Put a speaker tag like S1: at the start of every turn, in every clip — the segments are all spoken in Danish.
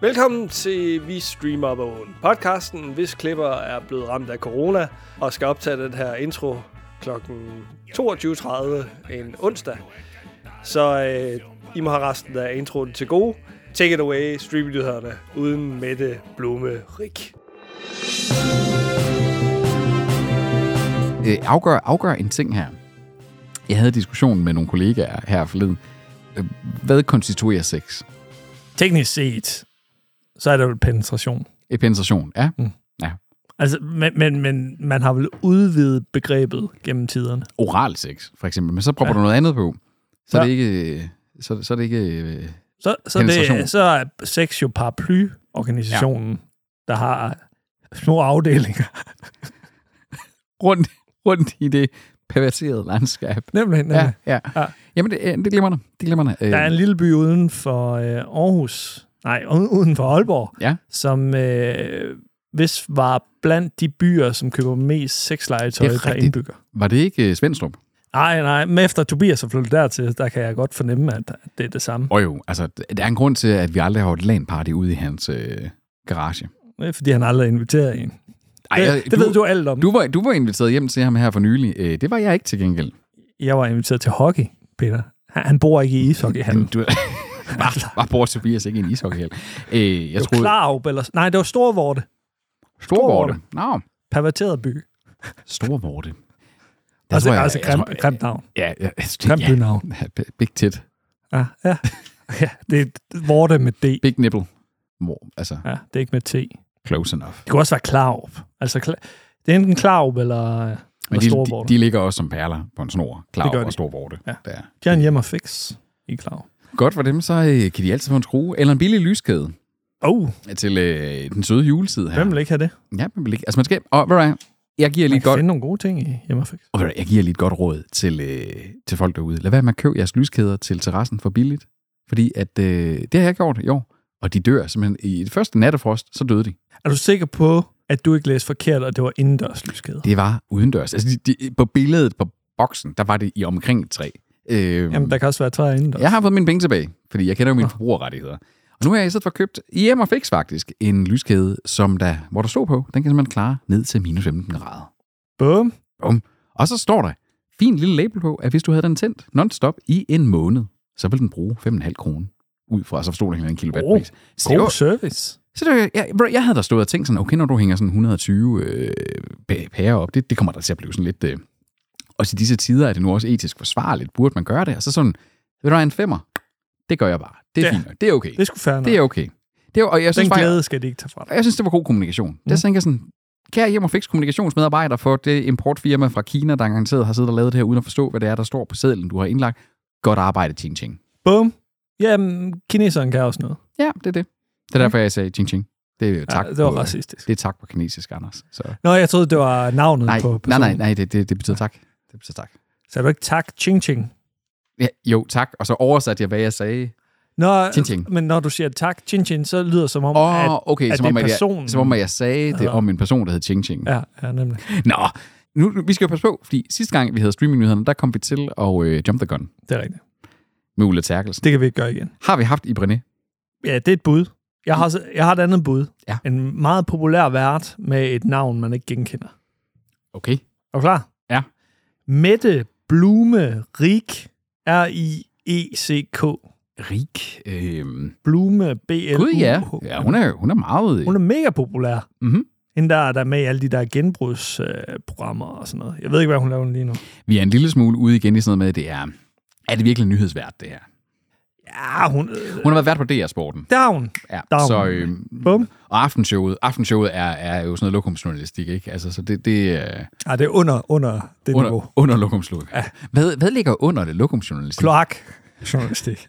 S1: Velkommen til Vi Streamer på Åen, podcasten, hvis klipper er blevet ramt af corona og skal optage den her intro kl. 22.30 en onsdag. Så øh, I må have resten af introen til gode. Take it away, streamnyhederne, uden Mette Blume Rik.
S2: øh, afgør, afgør en ting her. Jeg havde diskussionen med nogle kollegaer her forleden. Øh, Hvad konstituerer sex?
S3: teknisk set, så er der jo penetration.
S2: Et penetration, ja? Mm.
S3: Mm. Altså, men, men, men man har vel udvidet begrebet gennem tiderne.
S2: Oral sex, for eksempel. Men så propper ja. du noget andet på. Så ja. er
S3: Ja.
S2: det ikke... øh, Så, så er det ikke... øh,
S3: Så, så,
S2: Penetration.
S3: det, så er sex jo paraplyorganisationen, ja. der har små afdelinger.
S2: Rundt, rundt i det perverterede landskab.
S3: Nemlig, nemlig.
S2: Ja,
S3: Ja.
S2: ja. ja.
S3: Ja.
S2: Jamen, det, øh, det glemmer Det glemmer øh,
S3: Der er en lille by uden for øh, Aarhus, nej, u- uden for Aalborg,
S2: Ja.
S3: som øh, hvis var blandt de byer, som køber mest sexlegetøj
S2: Det er
S3: per
S2: rigtigt.
S3: indbygger.
S2: Var det ikke øh, Svendstrup?
S3: Nej, nej, men efter Tobias er flyttet dertil, der kan jeg godt fornemme, at at det er det samme.
S2: Åh oh, jo, altså, d- der er en grund til, at vi aldrig har holdt LAN-party ude i hans øh, garage.
S3: Det er, øh, fordi han aldrig har inviteret en.
S2: Ej,
S3: det,
S2: jeg-
S3: Øh, det ved du alt om.
S2: Du var, du var inviteret hjem til ham her for nylig. Øh, Det var jeg ikke til gengæld.
S3: Jeg var inviteret til hockey, Peter. Han, han bor ikke i
S2: Jamen,
S3: ishockeyhallen.
S2: du, bare, bare bor Tobias ikke i en ishockeyhal. Øh, jeg
S3: Det var
S2: troede...
S3: Klarup, eller... Nej, det var Storvorte.
S2: Storvorte. Nå,
S3: Perverteret by.
S2: Storvorte. Der
S3: altså,
S2: tror jeg-
S3: altså
S2: jeg
S3: grimt
S2: tror-
S3: grim navn.
S2: Ja, ja, altså,
S3: Grimt
S2: ja,
S3: bynavn.
S2: ja, big tit.
S3: Ja, ja. ja, det er Vorte med D.
S2: Big nipple. Hvor, altså,
S3: Ja, det er ikke med T.
S2: close enough.
S3: Det kunne også være Klarup. Altså, Kla- det er enten Klarup eller, øh,
S2: Men
S3: eller
S2: de,
S3: Storvorte.
S2: de, de, ligger også som perler på en snor.
S3: Det
S2: Klar
S3: gør
S2: over
S3: de.
S2: Storvorte.
S3: Ja.
S2: Der.
S3: De har en hjem og fix i Klarup.
S2: Godt for dem, så øh, kan de altid få en skrue. Eller en billig lyskæde
S3: Oh,
S2: til øh, den søde juletid her.
S3: hvem vil ikke have det?
S2: Ja, hvem vil ikke? Altså, man skal... Og, ved du hvad, jeg giver lige
S3: Man
S2: et
S3: kan
S2: godt...
S3: finde nogle gode ting i hjem og fix.
S2: Og ved du hvad, jeg giver lige et godt råd til, øh, til folk derude. Lad være med at købe jeres lyskæder til terrassen for billigt. Fordi at, øh, det har jeg gjort i år. Og de dør simpelthen. I det første nattefrost, så døde de.
S3: Er du sikker på, at du ikke læste forkert, og det var indendørs lyskæder?
S2: Det var udendørs. Altså, de, de, på billedet på boksen, der var det i omkring et træ. Øh,
S3: Jamen, der kan også være træer indendørs.
S2: Jeg har fået mine penge tilbage, fordi jeg kender jo mine forbrugerrettigheder. Og nu har jeg i stedet for købt i Hjem Fix faktisk en lyskæde, som der, hvor der stod på, den kan simpelthen klare ned til minus 15 grader.
S3: Bum.
S2: Og så står der fint lille label på, at hvis du havde den tændt non-stop i en måned, så ville den bruge 5,5 kroner ud fra, så forstod den en kilowattpris. Oh, så, det
S3: God
S2: var,
S3: service.
S2: så det var, jeg, bro, jeg havde da stået og tænkt sådan, okay, når du hænger sådan 120 øh, pæ- pærer op, det, det kommer der til at blive sådan lidt... Øh, og til disse tider er det nu også etisk forsvarligt. Burde man gøre det? Og så sådan, vil du have en femmer? Det gør jeg bare. Det er
S3: Ja.
S2: fint nok. Det er okay.
S3: Det er sgu fair nok.
S2: Det er okay. Det er, og jeg synes,
S3: Den
S2: faktisk-
S3: glæde skal de ikke tage fra dig.
S2: og jeg synes, det var god kommunikation. Mm. Der tænker jeg sådan, kære hjem og fix kommunikationsmedarbejder for det importfirma fra Kina, der garanteret har siddet og lavet det her, uden at forstå, hvad det er, der står på sedlen, du har indlagt. Godt arbejde, Ching Ching.
S3: Bum. Jamen, kineseren kan også noget.
S2: Ja, det Mm. er det. Det er derfor, jeg sagde Ching Ching. Det er tak
S3: ja, det var
S2: på,
S3: racistisk.
S2: Det er tak på kinesisk, Anders. Så.
S3: Nå, jeg troede, det var navnet
S2: Nej,
S3: på
S2: nej,
S3: personen.
S2: nej, nej, det, det, det betyder tak. Det betyder tak.
S3: Så er du ikke tak, ching ching.
S2: Ja, jo, tak. Og så oversatte jeg, hvad jeg sagde.
S3: Nå,
S2: Ching, ching.
S3: Men når du siger tak, ching ching, så lyder det som om,
S2: Åh,
S3: at...
S2: oh, okay,
S3: at
S2: som
S3: det
S2: om,
S3: er
S2: at jeg,
S3: personen.
S2: som om, at jeg sagde det
S3: Aha.
S2: om en person, der hed Ching Ching.
S3: Ja, ja, nemlig.
S2: Nå, nu, nu- vi skal jo passe på, fordi sidste gang, vi havde streamingnyhederne, der kom vi til at øh, jump the gun
S3: Det er rigtigt.
S2: med Ulla Terkelsen.
S3: Det kan vi ikke gøre igen.
S2: Har vi haft i Brené?
S3: Ja, det er et bud. Jeg har, så- jeg har et andet bud.
S2: Ja.
S3: En meget populær vært med et navn, man ikke genkender.
S2: Okay.
S3: Er du klar?
S2: Ja.
S3: Mette Blume Rik. E R-I-E-C-K.
S2: Rik. Øhm,
S3: Blume b l
S2: Gud ja.
S3: u
S2: ja hun, er, hun er meget...
S3: hun er mega populær.
S2: Mhm.
S3: Hende der, der er med i alle de der genbrugsprogrammer øh, programmer og sådan noget. Jeg ved ikke, hvad hun laver lige nu.
S2: Vi er en lille smule ude igen i sådan noget med, det er... Er det virkelig nyhedsvært, det her?
S3: Ja, hun... Øh,
S2: Hun har været vært på DR-sporten.
S3: der er hun.
S2: Ja,
S3: Down.
S2: så, øh,
S3: Bum.
S2: og aftenshowet, aftenshowet er, er jo sådan noget lokumsjournalistik, ikke? Altså, så det, det er
S3: Ej, det er under, under det under. niveau.
S2: under, under lokumsjournalistik. Ja. Hvad, hvad ligger under det lokumsjournalistik?
S3: Kloak. Journalistik.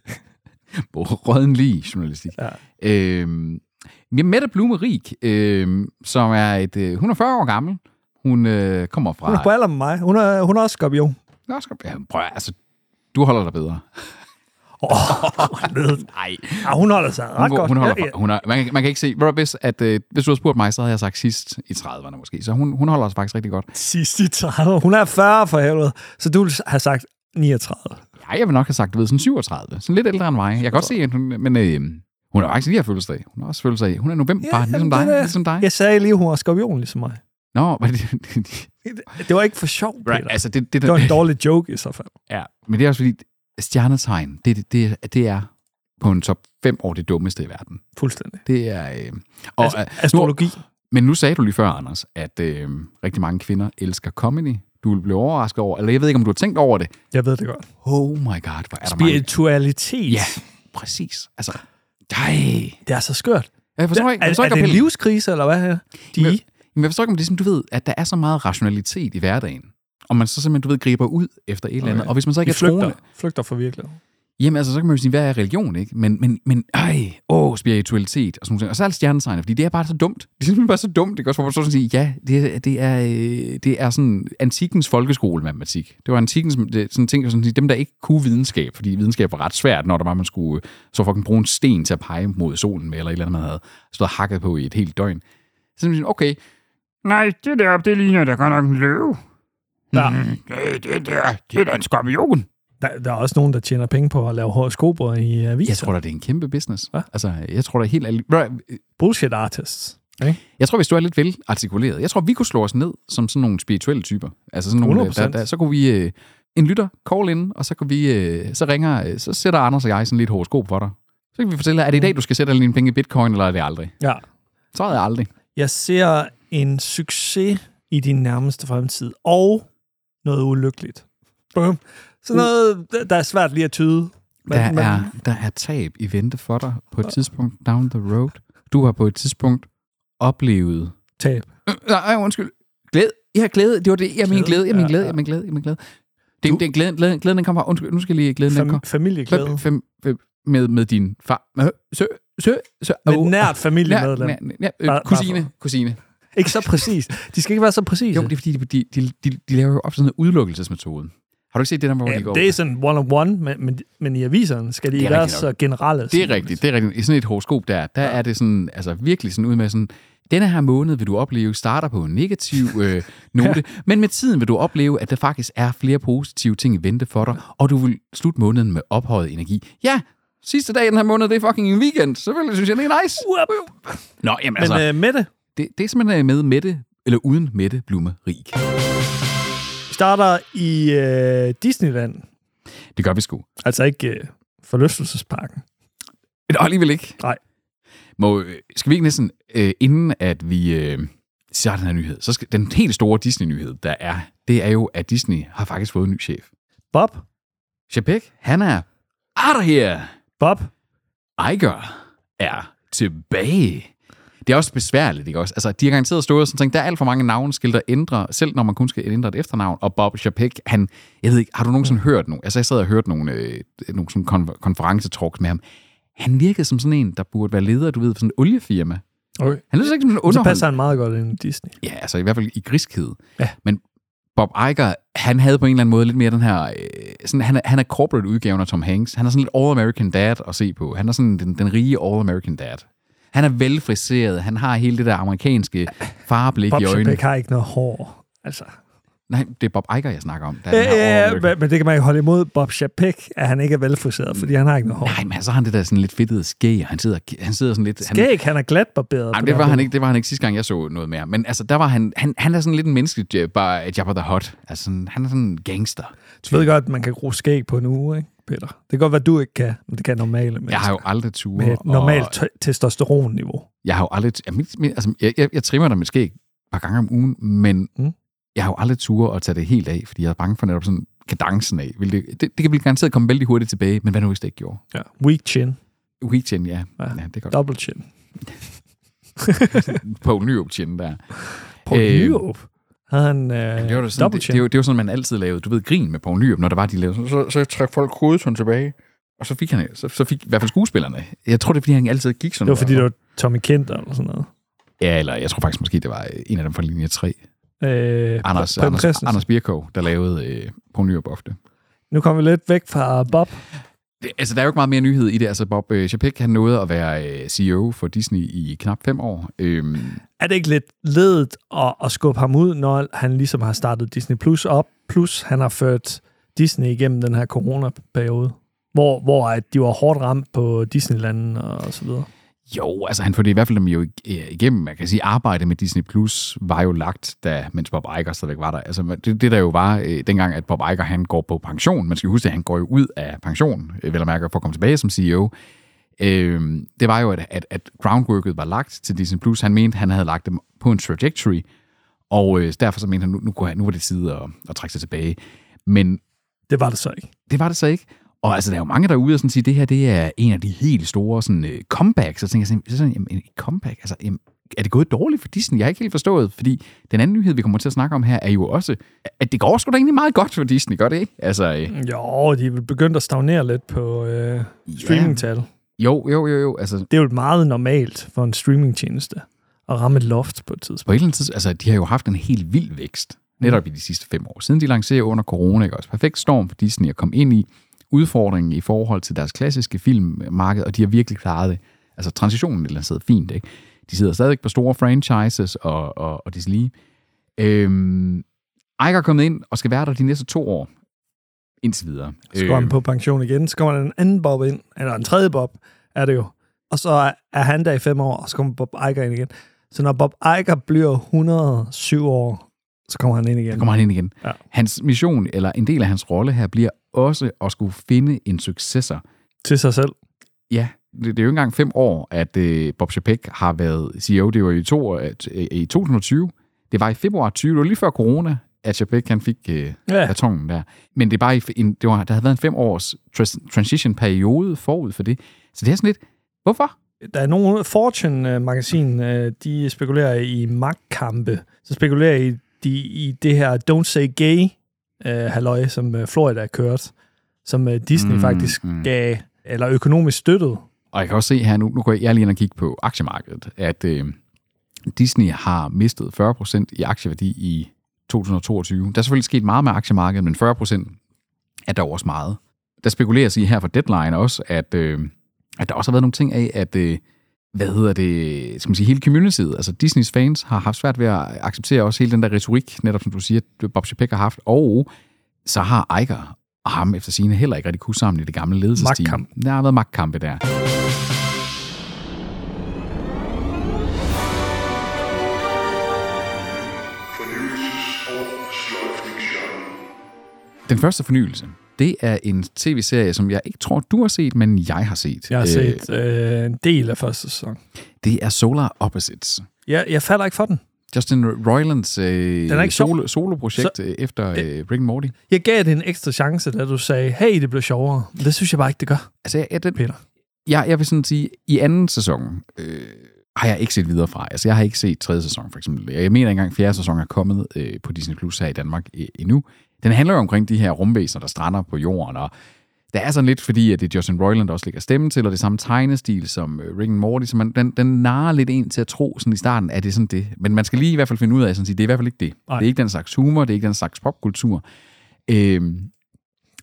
S2: Råden lige journalistik.
S3: Ja.
S2: Øhm, ja, Mette Blumerik, øhm, som er et, øh, hun er 40 år gammel. Hun øh, kommer fra...
S3: Hun er på alder med mig. Hun er, hun er også skorpion.
S2: Nå, skal, ja, prøv, at- altså, du holder dig bedre.
S3: Åh, oh,
S2: Nej,
S3: ja, hun holder sig ret
S2: hun,
S3: godt.
S2: hun holder,
S3: ja,
S2: fra- hun er, man, kan- man kan ikke se... Ved du hvad, Hvis, at, øh, hvis du havde spurgt mig, så havde jeg sagt sidst i 30'erne måske. Så hun, hun holder sig faktisk rigtig godt.
S3: ja. Sidst i 30. Hun er 40 for helvede. Så du ville have sagt 39.
S2: Ja, jeg vil nok have sagt, du ved, sådan 37. Sådan lidt ældre end mig. Jeg kan godt se, at hun... Men øh, Hun har faktisk lige haft fødselsdag. Hun har også fødselsdag. Hun er november,
S3: Ja,
S2: ja, ligesom,
S3: jamen,
S2: dig,
S3: det er-
S2: ligesom dig.
S3: Jeg sagde lige, at hun var skorpion, ligesom mig.
S2: Nå, var det,
S3: Det var ikke for sjov, Peter.
S2: right, altså det, det,
S3: Det
S2: der,
S3: var en dårlig joke i så fald.
S2: ja, men det er også fordi, stjernetegn, det, det, det, det er på en top 5 over det dummeste i verden.
S3: Fuldstændig.
S2: Det er... Øh, og,
S3: Og,
S2: altså,
S3: astrologi.
S2: Men nu sagde du lige før, Anders, at øh, rigtig mange kvinder elsker comedy. Du blev overrasket over, eller jeg ved ikke, om du har tænkt over det.
S3: Jeg ved det godt.
S2: Oh my god, hvor er der mange...
S3: Spiritualitet.
S2: Ja, præcis. Altså, nej.
S3: Det er så skørt.
S2: Jeg forstår ikke,
S3: er,
S2: jeg forstår
S3: er
S2: ikke
S3: det en
S2: appellen.
S3: livskrise, eller hvad her? De,
S2: Men- Men jeg forstår ikke, om det er sådan, du ved, at der er så meget rationalitet i hverdagen. Og man så simpelthen, du ved, griber ud efter et eller andet.
S3: Okay.
S2: Og hvis man så ikke
S3: de
S2: er
S3: flygter,
S2: troende...
S3: flygter fra virkeligheden.
S2: Jamen altså, så kan man jo sige, hvad er religion, ikke? Men, men, men ej, åh, spiritualitet og sådan noget. Og så er det stjernetegnet, fordi det er bare så dumt. Det er simpelthen bare så dumt, det kan også hvor man så sådan sige, ja, det, er- det, er, øh, det er sådan antikkens folkeskolematematik. Det var antikkens det, er sådan ting, sådan, sige, dem der ikke kunne videnskab, fordi videnskab var ret svært, når der var, man skulle øh, så fucking bruge en sten til at pege mod solen med, eller et eller andet, man havde stået og hakket på i et helt døgn. Så sådan, okay, nej, det der, det ligner da godt nok en løve.
S3: Ja.
S2: Mm, det, det der, det er da en skorpion.
S3: Der, der er også nogen, der tjener penge på at lave horoskoper i aviser.
S2: Jeg tror da, det er en kæmpe business.
S3: Hva?
S2: Altså, jeg tror da helt ærligt... Ved du hvad,
S3: Bullshit artists.
S2: Jeg tror, hvis du er lidt velartikuleret, jeg tror, vi kunne slå os ned som sådan nogle spirituelle typer. Altså sådan nogle,
S3: 100%.
S2: der, der, så kunne vi... øh, En lytter, call in, og så, kan vi, øh, så ringer... øh, Så sætter Anders og jeg sådan lidt horoskop for dig. Så kan vi fortælle dig, er det i dag, du skal sætte alle dine penge i bitcoin, eller er det aldrig?
S3: Ja.
S2: Så er det aldrig.
S3: Jeg ser en succes i din nærmeste fremtid, og noget ulykkeligt. Bum. Sådan noget, der- der er svært lige at tyde. Men,
S2: Der
S3: men,
S2: er, der er tab i vente for dig på et tidspunkt down the road. Du har på et tidspunkt oplevet...
S3: Tab.
S2: Øh, Nej, undskyld. Glæde. Jeg har glæde. Det var det. Jeg min
S3: Glæde.
S2: glæde. Jeg min
S3: Ja,
S2: glæde.
S3: ja.
S2: Jeg min glæde. Jeg min glæde. Det, det, glæden, glæden, glæden, den kommer fra. Undskyld, nu skal jeg lige glæden, den
S3: Fam,
S2: kommer.
S3: familieglæde.
S2: Fem, fem, fem, med, med din far. Øh, Sø, sø, sø. ah,
S3: Med et nært familiemedlem.
S2: nær, nær, øh,
S3: Bare- bare
S2: kusine, kusine.
S3: Ikke så præcis. De skal ikke være så præcise.
S2: Jo, det er fordi, de, de, de, de laver jo op sådan en udelukkelsesmetode. Har du ikke set det der, hvor de
S3: Ja,
S2: går?
S3: det er sådan one-on-one, men, men, men i aviserne skal de
S2: Det er
S3: være
S2: rigtigt
S3: så generelle.
S2: Det er rigtigt, det er rigtigt. I sådan et horoskop der, der ja. er det sådan, altså virkelig sådan ud med sådan, denne her måned vil du opleve starter på en negativ øh, note, men med tiden vil du opleve, at der faktisk er flere positive ting i vente for dig, og du vil slutte måneden med ophøjet energi. Ja, sidste dag i den her måned, det er fucking en weekend. Selvfølgelig synes jeg, det er nice. Nå, jamen
S3: Men
S2: altså,
S3: øh, Mette
S2: det, det er simpelthen øh, med Mette, eller uden Mette Blume Rik.
S3: starter i øh, Disneyland.
S2: Det gør vi sgu.
S3: Altså ikke øh, forlystelsesparken.
S2: Men alligevel ikke.
S3: Nej.
S2: Må, øh, skal vi ikke næsten, øh, inden at vi øh, ser den her nyhed, så skal den helt store Disney-nyhed, der er, det er jo, at Disney har faktisk fået en ny chef.
S3: Bob,
S2: Chapek, han er out of here.
S3: Bob,
S2: Iger er tilbage. Det er også besværligt, ikke også? Altså, de har garanteret stået og sådan tænkt, der er alt for mange navneskilte at ændre, selv når man kun skal ændre et efternavn. Og Bob Chapek, han, jeg ved ikke, har du nogensinde hørt nogen? Altså, jeg sad og hørte nogle, øh, nogle sådan konfer- konferencetalks med ham. Han virkede som sådan en, der burde være leder, du ved, for sådan et oliefirma.
S3: okay.
S2: Han lyder ikke som en
S3: så
S2: underhold.
S3: passer han meget godt ind i Disney.
S2: Ja, altså i hvert fald i griskhed.
S3: Ja.
S2: Men Bob Iger, han havde på en eller anden måde lidt mere den her... Øh, sådan, han, er, han er corporate-udgaven af Tom Hanks. Han er sådan lidt all-American dad at se på. Han er sådan den, den rige all-American dad. Han er velfriseret. Han har hele det der amerikanske farblik
S3: Bob
S2: i øjnene.
S3: Chapek har ikke noget hår. Altså,
S2: Nej, det er Bob Iger, jeg snakker om. Der er
S3: ja,
S2: den her
S3: ja, ja,
S2: all-American.
S3: men, men det kan man ikke holde imod Bob Chapek, at han ikke er velfriseret, fordi han har ikke noget hår.
S2: Nej, men altså, så har han det der sådan lidt fedtede skæg. og Han sidder, han sidder sådan lidt... Han,
S3: Skæg, han er glatbarberet.
S2: Jamen,
S3: på
S2: det var
S3: her
S2: han
S3: måde.
S2: ikke, det var han ikke sidste gang, jeg så noget mere. Men altså, der var han... Han, han er sådan lidt en menneskelig Jab- bare Jabba the Hutt. Altså, sådan- han er sådan en gangster.
S3: Du ved godt, at man kan gro skæg på en uge, ikke, Peter? Det kan godt være, du ikke kan, men det kan normale mennesker.
S2: Jeg har jo aldrig ture.
S3: med et
S2: og-
S3: normalt t- testosteronniveau.
S2: jeg har jo aldrig... ja, mit- mit- Altså, jeg, jeg, jeg trimmer dig med skæg et par gange om ugen, men
S3: Mm.
S2: mm. jeg har jo aldrig tur at tage det helt af, fordi jeg er bange for netop sådan kadencen af. Vil det, det, det kan blive garanteret komme vældig hurtigt tilbage, men hvad nu hvis det ikke gjorde?
S3: Ja. Weak chin.
S2: Weekend, ja.
S3: Ja.
S2: ja. ja det er godt.
S3: Double chin.
S2: På Nyrup tjene der.
S3: På øh,
S2: Øh,
S3: Nyrup havde han øh,
S2: Det var, jo sådan,
S3: double
S2: det,
S3: chin.
S2: det, var, det var sådan, man altid lavede, du ved, grin med Poul Nyrup, når der var de lavede sådan, så, så trak folk hovedet sådan tilbage, og så fik han, så, så fik i hvert fald skuespillerne. Jeg tror, det er, fordi han altid gik sådan.
S3: det var fordi,
S2: der.
S3: det var Tommy Kenter eller sådan noget.
S2: Ja, eller jeg tror faktisk måske, det var øh, en af dem fra linje 3.
S3: Øh,
S2: Anders,
S3: Preben
S2: Anders,
S3: Christensen.
S2: Anders Birkow, der lavede øh, Poul Nyrup ofte.
S3: Nu kommer vi lidt væk fra Bob.
S2: Det- Altså, der er jo ikke meget mere nyhed i det. Altså, Bob øh, Chapek, han nåede at være øh, CEO for Disney i knap fem år. Øhm,
S3: Er det ikke lidt ledet at, at skubbe ham ud, når han ligesom har startet Disney Plus op, plus han har ført Disney igennem den her coronaperiode? Hvor, hvor at de var hårdt ramt på Disneyland og så videre.
S2: Jo, altså han får det i hvert fald dem jo ig- øh, igennem. Man kan sige, arbejdet med Disney Plus var jo lagt, da, mens Bob Iger stadigvæk var der. Altså man- det, det der jo var øh, dengang, at Bob Iger han går på pension. Man skal jo huske, at han går jo ud af pension, øh, vel at mærke, for at komme tilbage som CEO. Øh, det var jo, at, at, at groundworket var lagt til Disney Plus. Han mente, han havde lagt dem på en trajectory, og øh, derfor så mente han, nu, nu, kunne han, nu var det tid at, at trække sig tilbage. Men
S3: Det var det så ikke.
S2: det var det så ikke. Og altså, der er jo mange derude, der sådan siger, det her det er en af de helt store sådan, øh, comebacks. Og så tænker jeg sådan, så sådan jamen, et comeback? Altså, jamen, er det gået dårligt for Disney? Jeg har ikke helt forstået, fordi den anden nyhed, vi kommer til at snakke om her, er jo også, at det går sgu da egentlig meget godt for Disney, gør det ikke? Altså, øh,
S3: Jo, de er vel begyndt at stagnere lidt på øh, streamingtal.
S2: jo, jo, jo, jo. Altså,
S3: Det er jo meget normalt for en streamingtjeneste at ramme et loft på et tidspunkt.
S2: på et eller andet tidspunkt, altså, de har jo haft en helt vild vækst, netop i de sidste fem år. Siden de lancerede under corona, ikke også? Perfekt storm for Disney at komme ind i udfordringen i forhold til deres klassiske filmmarked, og de har virkelig klaret det. Altså, transitionen et eller andet sted fint, ikke? De sidder stadigvæk på store franchises og, og, og deslige. Øhm, Iger er kommet ind og skal være der de næste to år, indtil videre.
S3: Så går han på pension igen, så kommer der en anden Bob ind, eller en tredje Bob, er det jo. Og så er- er han der i fem år, og så kommer Bob Iger ind igen. Så når Bob Iger bliver 107 år, så kommer han ind igen.
S2: Der Øhm, kommer han ind igen.
S3: Ja.
S2: Ja. Hans mission, eller en del af hans rolle her, bliver også at skulle finde en successor
S3: Til sig selv.
S2: Ja, det, det er jo ikke engang fem år, at øh, Bob Chapek har været CEO. Det var i, to, år, at, øh, i 2020. Det var i februar 20. Det var lige før corona, at Chapek han fik øh,
S3: Ja.
S2: kartongen der. Men det er bare i f- en, det var, der havde været en fem års tras- transition-periode forud for det. Så det er sådan lidt, hvorfor?
S3: Der er nogle Fortune-magasin, øh, de spekulerer i magtkampe. Så spekulerer i, de i det her Don't Say Gay øh, halløj, som øh, Florida kørte, som øh, Disney mm,
S2: Mm,
S3: faktisk mm.
S2: mm.
S3: gav, eller økonomisk støttede.
S2: Og jeg kan også se her nu, nu går jeg, jeg er lige ind og kigge på aktiemarkedet, at øh, Disney har mistet 40% i aktieværdi i 2022. Der er selvfølgelig sket meget med aktiemarkedet, men 40% er der også meget. Der spekuleres i her for Deadline også, at, øh, at der også har været nogle ting af, at øh, hvad hedder det, skal man sige, hele communityet, altså Disneys fans har haft svært ved at acceptere også hele den der retorik, netop som du siger, Bob Chapek har haft, og så har Iger og ham efter sine heller ikke rigtig kunne sammen i det gamle ledelsesteam.
S3: Magtkamp.
S2: Der har været magtkampe der.
S4: Fornyelses- og sløjfningsjørnet.
S2: Den første fornyelse, det er en tv-serie, som jeg ikke tror, du har set, men jeg har set.
S3: Jeg har
S2: Øh,
S3: set øh, en del af første sæson.
S2: Det er Solar Opposites.
S3: Jeg, jeg falder ikke for den.
S2: Justin Roilands øh,
S3: er ikke sjov.
S2: solo, solo-projekt øh, efter øh, Rick and Morty.
S3: Jeg gav det en ekstra chance, da du sagde, hey, det blev sjovere. Men Det synes jeg bare ikke, det gør,
S2: Altså, jeg, jeg, den,
S3: Peter.
S2: jeg, jeg vil sådan sige, i anden sæson øh, har jeg ikke set videre fra. Altså, jeg har ikke set tredje sæson, for eksempel. Jeg mener ikke engang, fjerde sæson er kommet øh, på Disney Plus her i Danmark øh, endnu. Den handler jo omkring de her rumvæsener, der strander på jorden, og der er sådan lidt, fordi at det er Justin Roiland, der også lægger stemme til, og det er samme tegnestil som øh, Rick and Morty, så man, den, den narer lidt en til at tro sådan i starten, at det er sådan det. Men man skal lige i hvert fald finde ud af, sådan at sige, det er i hvert fald ikke det.
S3: Nej.
S2: Det er ikke den slags humor, det er ikke den slags popkultur. Øh,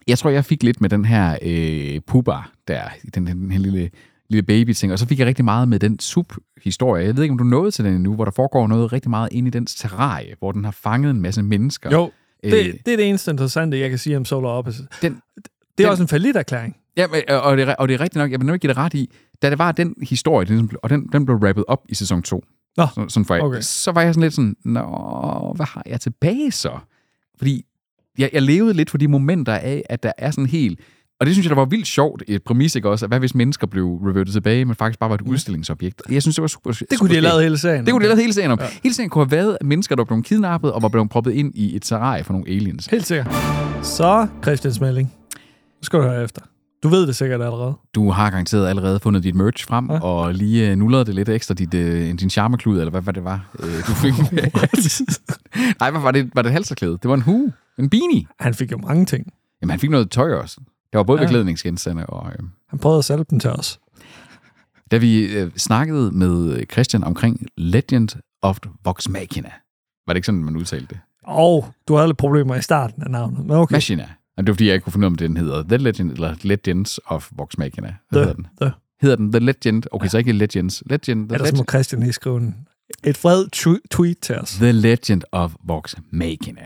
S2: jeg tror, jeg fik lidt med den her øh, puba der, den, den, den her lille, lille baby-ting, og så fik jeg rigtig meget med den sub-historie. Jeg ved ikke, om du nåede til den endnu, hvor der foregår noget rigtig meget inde i dens terrarie, hvor den har fanget en masse mennesker.
S3: Jo, det,
S2: Øh.
S3: det er det eneste interessante, jeg kan sige om Solar Opposite.
S2: Den,
S3: Det er
S2: Den-
S3: også en falit erklæring.
S2: ja, men, øh, og, det, er- og det er rigtigt nok, jeg vil nemlig give dig ret i, da det var den historie, den, ligesom blev- og den, den blev rappet op i sæson 2,
S3: Nå,
S2: så, sådan for,
S3: Okay.
S2: okay. så var jeg sådan lidt sådan, nå, hvad har jeg tilbage så? Fordi jeg, jeg levede lidt for de momenter af, at der er sådan helt... Og det synes jeg, der var vildt sjovt et præmis, ikke også? At hvad hvis mennesker blev revertet tilbage, men faktisk bare var et udstillingsobjekt? Jeg synes, det var super
S3: det kunne de have lavet hele serien.
S2: Det kunne de have lavet hele serien om. Ja. Hele serien kunne have været, at mennesker, der blev kidnappet og var blevet proppet ind i et terrarie for nogle aliens.
S3: Helt sikkert. Så, Christian Smelling. Nu skal du høre efter. Du ved det sikkert allerede.
S2: Du har garanteret allerede fundet dit merch frem, ja. og lige øh, nullerede det lidt ekstra, dit, øh, din charmeklud, eller hvad, hvad det var, øh, du fik. Nej, hvad var det? Var det et halserklæde? Det var en hue. En beanie.
S3: Han fik jo mange ting.
S2: Jamen, han fik noget tøj også. Der var både ja. beklædningsgenstande og... Øh,
S3: Han prøvede at sælge dem til os.
S2: da vi øh, snakkede med øh, Christian omkring Legend of Vox Machina. Var det ikke sådan, man udtalte det?
S3: Og du havde lidt problemer i starten af navnet. Men okay.
S2: Machina. Og det var, fordi jeg ikke kunne finde ud af, om den hedder The Legend eller Legends of Vox Machina. Hvad
S3: The-
S2: hedder den?
S3: the.
S2: Hedder den The Legend? Okay, ja. så ikke Legends. Legend, the,
S3: Ellers må
S2: Legend.
S3: Christian lige skrive en, et fred tw- tweet til os.
S2: the Legend of Vox Machina.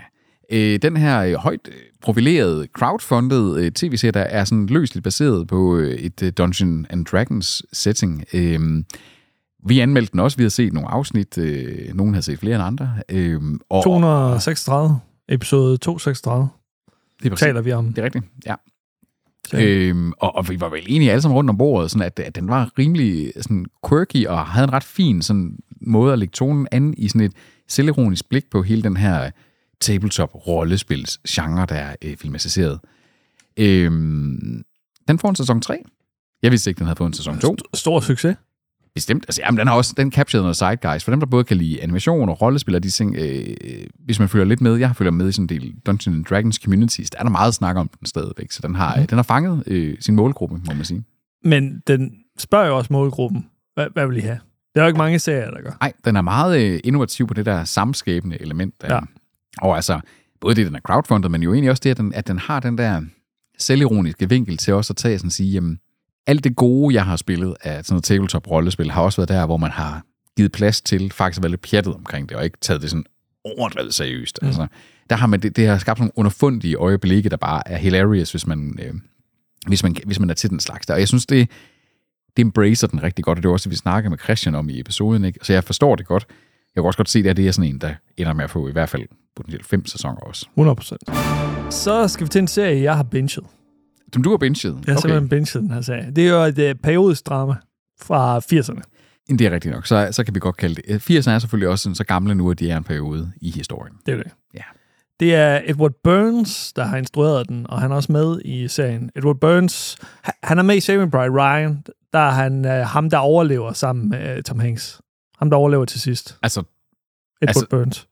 S2: øh, den her øh, højt profilerede, crowdfunded øh, tv-serie, der er sådan løsligt baseret på øh, et øh, Dungeon and Dragons setting. Øh, vi anmeldte den også, vi havde set nogle afsnit, øh, nogen havde set flere end andre. Øh, og,
S3: 236, episode 236,
S2: det er præcis-
S3: taler vi om.
S2: Det er rigtigt, ja.
S3: Så-
S2: Øhm, og, og vi var vel enige alle sammen rundt om bordet, sådan at, at den var rimelig sådan quirky og havde en ret fin sådan, måde at lægge tonen an i sådan et selvironisk blik på hele den her tabletop-rollespils-genre, der er øh, filmatiseret. Øhm, den får en sæson 3. Jeg vidste ikke, den havde fået en sæson 2.
S3: Stor succes.
S2: Bestemt. Altså, jamen, den har også, den captured noget zeitgeist, for dem, der både kan lide animation og rollespil og de ting, øh, hvis man følger lidt med, jeg følger med i sådan en del Dungeons and Dragons communities, der er der meget snak om den stadigvæk, så den har, mm. den har fanget øh, sin målgruppe, må man sige.
S3: Men den spørger jo også målgruppen, hvad, hvad vil I have? Der er jo ikke mange serier, der gør.
S2: Nej, den er meget øh, innovativ på det der samskabende element. Der.
S3: Ja.
S2: Og altså, både det, den er crowdfundet, men jo egentlig også det, at den, at den har den der selvironiske vinkel til også at tage sådan at sige, jamen, alt det gode, jeg har spillet af sådan noget tabletop-rollespil, har også været der, hvor man har givet plads til faktisk at være lidt pjattet omkring det, og ikke taget det sådan overdrevet seriøst. Mm. Altså, der har man det, det har skabt nogle underfundige øjeblikke, der bare er hilarious, hvis man, øh, hvis man, hvis man er til den slags. Der. Og jeg synes, det, det embracer den rigtig godt, og det var også det, vi snakkede med Christian om i episoden, ikke? så jeg forstår det godt. Jeg kan også godt se, at det er sådan en, der ender med at få i hvert fald potentielt fem sæsoner også.
S3: 100%. Så skal vi til en serie, jeg har binget.
S2: Som du har binget.
S3: Jeg har okay. simpelthen binget den her serie. Det er jo et øh, periodisk drama fra 80'erne.
S2: Jamen, Det er rigtigt nok. Så, så kan vi godt kalde det. 80'erne er selvfølgelig også sådan, så gamle nu, at de er en periode i historien.
S3: Det er det.
S2: Ja.
S3: Det er Edward Burns, der har instrueret den, og han er også med i serien. Edward Burns, han- han er med i Saving Private Ryan. Der er han øh, ham, der overlever sammen med øh, Tom Hanks. Ham, der overlever til sidst.
S2: Altså,
S3: Edward
S2: Altså-
S3: altså, Burns.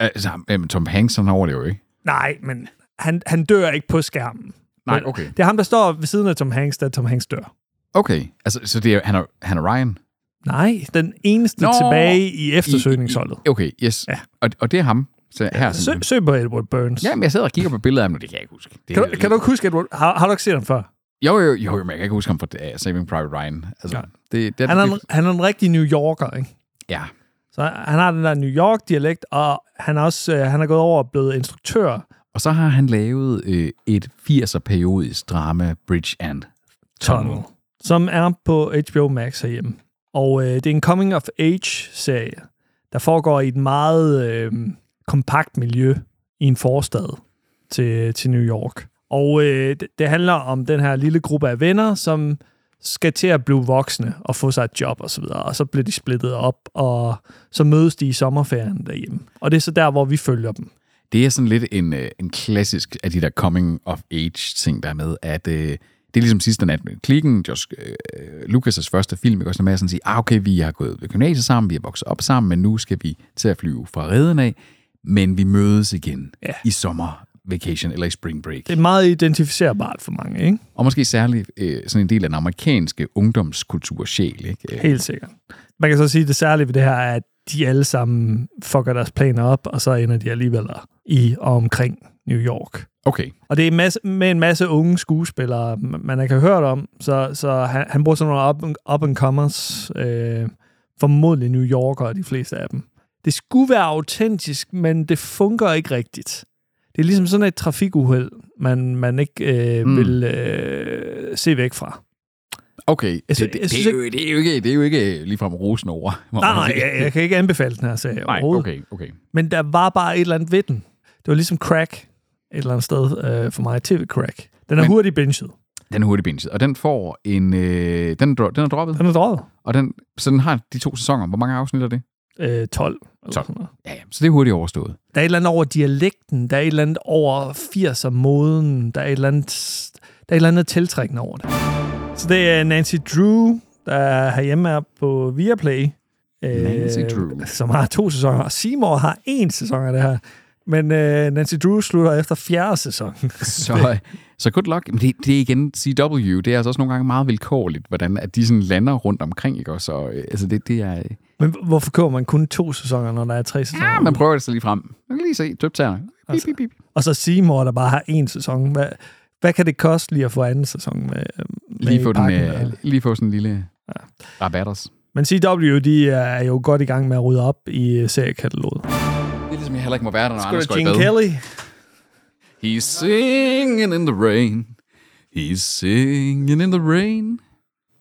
S2: altså jamen, Tom Hanks, han overlever jo ikke.
S3: Nej, men han, han dør ikke på skærmen.
S2: Nej,
S3: Men
S2: okay.
S3: Det er ham, der står ved siden af Tom Hanks, da Tom Hanks dør.
S2: Okay, altså, så det er, han, er, han er Ryan?
S3: Nej, den eneste
S2: Nå!
S3: Nå, tilbage i
S2: Eftersøgningsholdet.
S3: eftersøgningsholdet.
S2: Okay, yes.
S3: Ja.
S2: Og, og det er ham. Så her er
S3: Søg,
S2: sådan,
S3: søg på Edward Burns.
S2: jamen, jeg sidder og kigger på billeder af ham, og det kan jeg ikke huske. Det
S3: Kan
S2: er-
S3: du, kan du ikke huske, Edward? Har, har du ikke set ham før?
S2: Jo, jo, jo, men jeg kan ikke huske ham fra uh, Saving Private Ryan. Altså,
S3: Ja.
S2: det, det,
S3: Han er,
S2: det,
S3: en, han er en rigtig New Yorker, ikke?
S2: ja.
S3: Så han har den der New York-dialekt, og han er, også, øh, han er gået over og blevet instruktør.
S2: Og så har han lavet øh, et 80'er-periodisk drama, Bridge and Tunnel.
S3: Som er på HBO Max herhjemme. Og øh, det er en coming-of-age-serie, der foregår i et meget øh, kompakt miljø i en forstad til, til New York. Og øh, det, det handler om den her lille gruppe af venner, som skal til at blive voksne og få sig et job og så videre. Og så bliver de splittet op, og så mødes de i sommerferien derhjemme. Og det er så der, hvor vi følger dem.
S2: Det er sådan lidt en, øh, en klassisk af de der coming-of-age-ting, der er med, at øh, det er ligesom sidste nat med klikken, Josh øh, Lucas' første film, ikke? også med at sådan sige, ah, okay, vi har gået ved gymnasiet sammen, vi har vokset op sammen, men nu skal vi til at flyve fra reden af, men vi mødes igen ja.
S3: Ja.
S2: i sommer vacation eller i spring break.
S3: Det er meget identificerbart for mange, ikke?
S2: Og måske særligt øh, sådan en del af den amerikanske ungdomskultursjæl. Ikke? Øh,
S3: Helt sikkert. Man kan så sige, at det særlige ved det her er, at de alle sammen fucker deres planer op, og så ender de alligevel i og omkring New York.
S2: Okay,
S3: Og det er en masse, med en masse unge skuespillere, m- man ikke har hørt om, så, så han, han bruger sådan nogle up, up and comers, øh, formodentlig New Yorkere, de fleste af dem. Det skulle være autentisk, men det fungerer ikke rigtigt. Det er ligesom sådan et trafikuheld, man, man ikke øh,
S2: Mm.
S3: mm. vil øh, se væk fra.
S2: okay. Det,
S3: Altså,
S2: det,
S3: jeg
S2: det,
S3: synes
S2: er jo- det, er jo ikke, det er jo ikke ligefrem rosen over.
S3: Nej, nej, jeg, jeg kan ikke anbefale den her serie
S2: Nej,
S3: overhovedet.
S2: okay, okay.
S3: Men der var bare et eller andet ved den. Det var ligesom crack et eller andet sted øh, for mig. TV-crack. Den er
S2: Men-
S3: hurtigt binget.
S2: Den er hurtigt binget, og den får en... Øh, den, er dro- den er droppet,
S3: Den er drøjet.
S2: og den, så den har de to sæsoner. Hvor mange afsnit er det?
S3: Øh, 12. Eller
S2: 12.
S3: sådan noget.
S2: Ja, ja, så det er hurtigt overstået.
S3: Der er et eller andet over dialekten. Der er et eller andet over 80'er-moden. Der er et eller andet, der er et eller andet tiltrækkende over det. Så det er Nancy Drew, der er herhjemme er på Viaplay. øh,
S2: Nancy Drew.
S3: Som har to sæsoner. Og Seymour har én sæson af det her. Men øh, Nancy Drew slutter efter fjerde sæson.
S2: Så, så good luck. Men det, det er igen CW. Det er altså også nogle gange meget vilkårligt, hvordan at de sådan lander rundt omkring. Ikke? Og så, øh, altså det, det er... Øh,
S3: Men hvorfor køber man kun to sæsoner, når der er tre sæsoner?
S2: ja, man prøver det så lige frem. Man kan lige se tøbtagerne.
S3: Altså,
S2: Bip, bip, bip.
S3: Og så Seymour, der bare har en sæson. Hvad, hvad kan det koste lige at få anden sæson med, øh, med
S2: Lige
S3: i
S2: få, den,
S3: pakken?
S2: øh, lige få sådan en lille ja. rabatters.
S3: Men CW, de er jo godt i gang med at rydde op i øh, seriekataloget.
S2: Det er ligesom, jeg heller ikke må være der, når
S3: Skulle
S2: Anders går
S3: der
S2: i
S3: Gene
S2: bad.
S3: Kelly?
S2: He's singing in the rain. He's singing in the rain.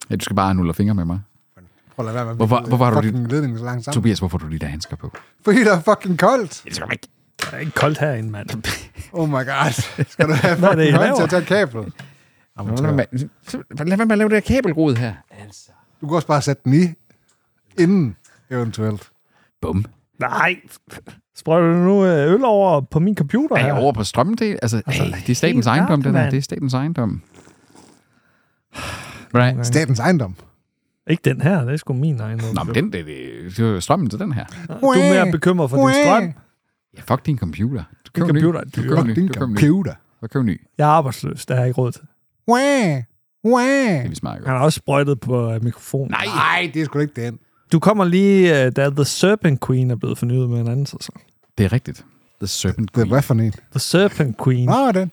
S2: Ja, du skal bare nulle fingre med mig.
S5: Prøv at lade være med at
S2: Hvorfor-
S5: blive-
S2: hvorfor har du
S5: fucking ledning så langt sammen.
S2: Tobias, hvorfor får du lige der handsker på?
S5: Fordi der er fucking koldt.
S2: Det skal man ikke.
S3: Det er ikke koldt herinde, mand.
S5: Oh my god. Skal du have
S3: Hvad er det, I
S5: fucking koldt
S3: laver?
S5: til at tage kablet?
S2: Lad være med- lad være med at lave det der kabelrod her.
S5: Du kan også bare sætte den i. Inden, eventuelt.
S2: Bum.
S3: Nej. Sprøjter du nu øh, øl over på min computer
S2: Er jeg
S3: her?
S2: over på strømdel? Altså, altså ey, det er statens
S3: helt
S2: ejendom,
S3: klart,
S2: det der.
S3: mand.
S2: Det er statens ejendom. Right.
S5: Statens ejendom.
S3: Ikke den her, det er sgu min ejendom.
S2: Nå, men den, det, det, det var jo strømmen til den her.
S3: Du er mere bekymret for din
S5: Wah.
S3: strøm.
S2: Ja, fuck din computer. Du
S3: Min
S2: køber en ny.
S3: computer er
S2: Du
S3: dyr.
S2: køber en ny.
S5: Fuck din
S2: Du køber en ny.
S5: computer.
S2: Du køber en ny.
S3: Jeg er arbejdsløs, det har jeg ikke råd til.
S5: Wah. Wah.
S2: Det er vi smart
S3: Han
S2: godt.
S3: har også sprøjtet på øh, mikrofonen.
S2: Nej.
S5: Nej, det er sgu da ikke den.
S3: Du kommer lige, øh, da The Serpent Queen er blevet fornyet med en anden sæson.
S2: Det er rigtigt. The Serpent
S5: Det er
S2: Queen.
S5: hvad for en?
S3: The Serpent Queen.
S5: Nå, den.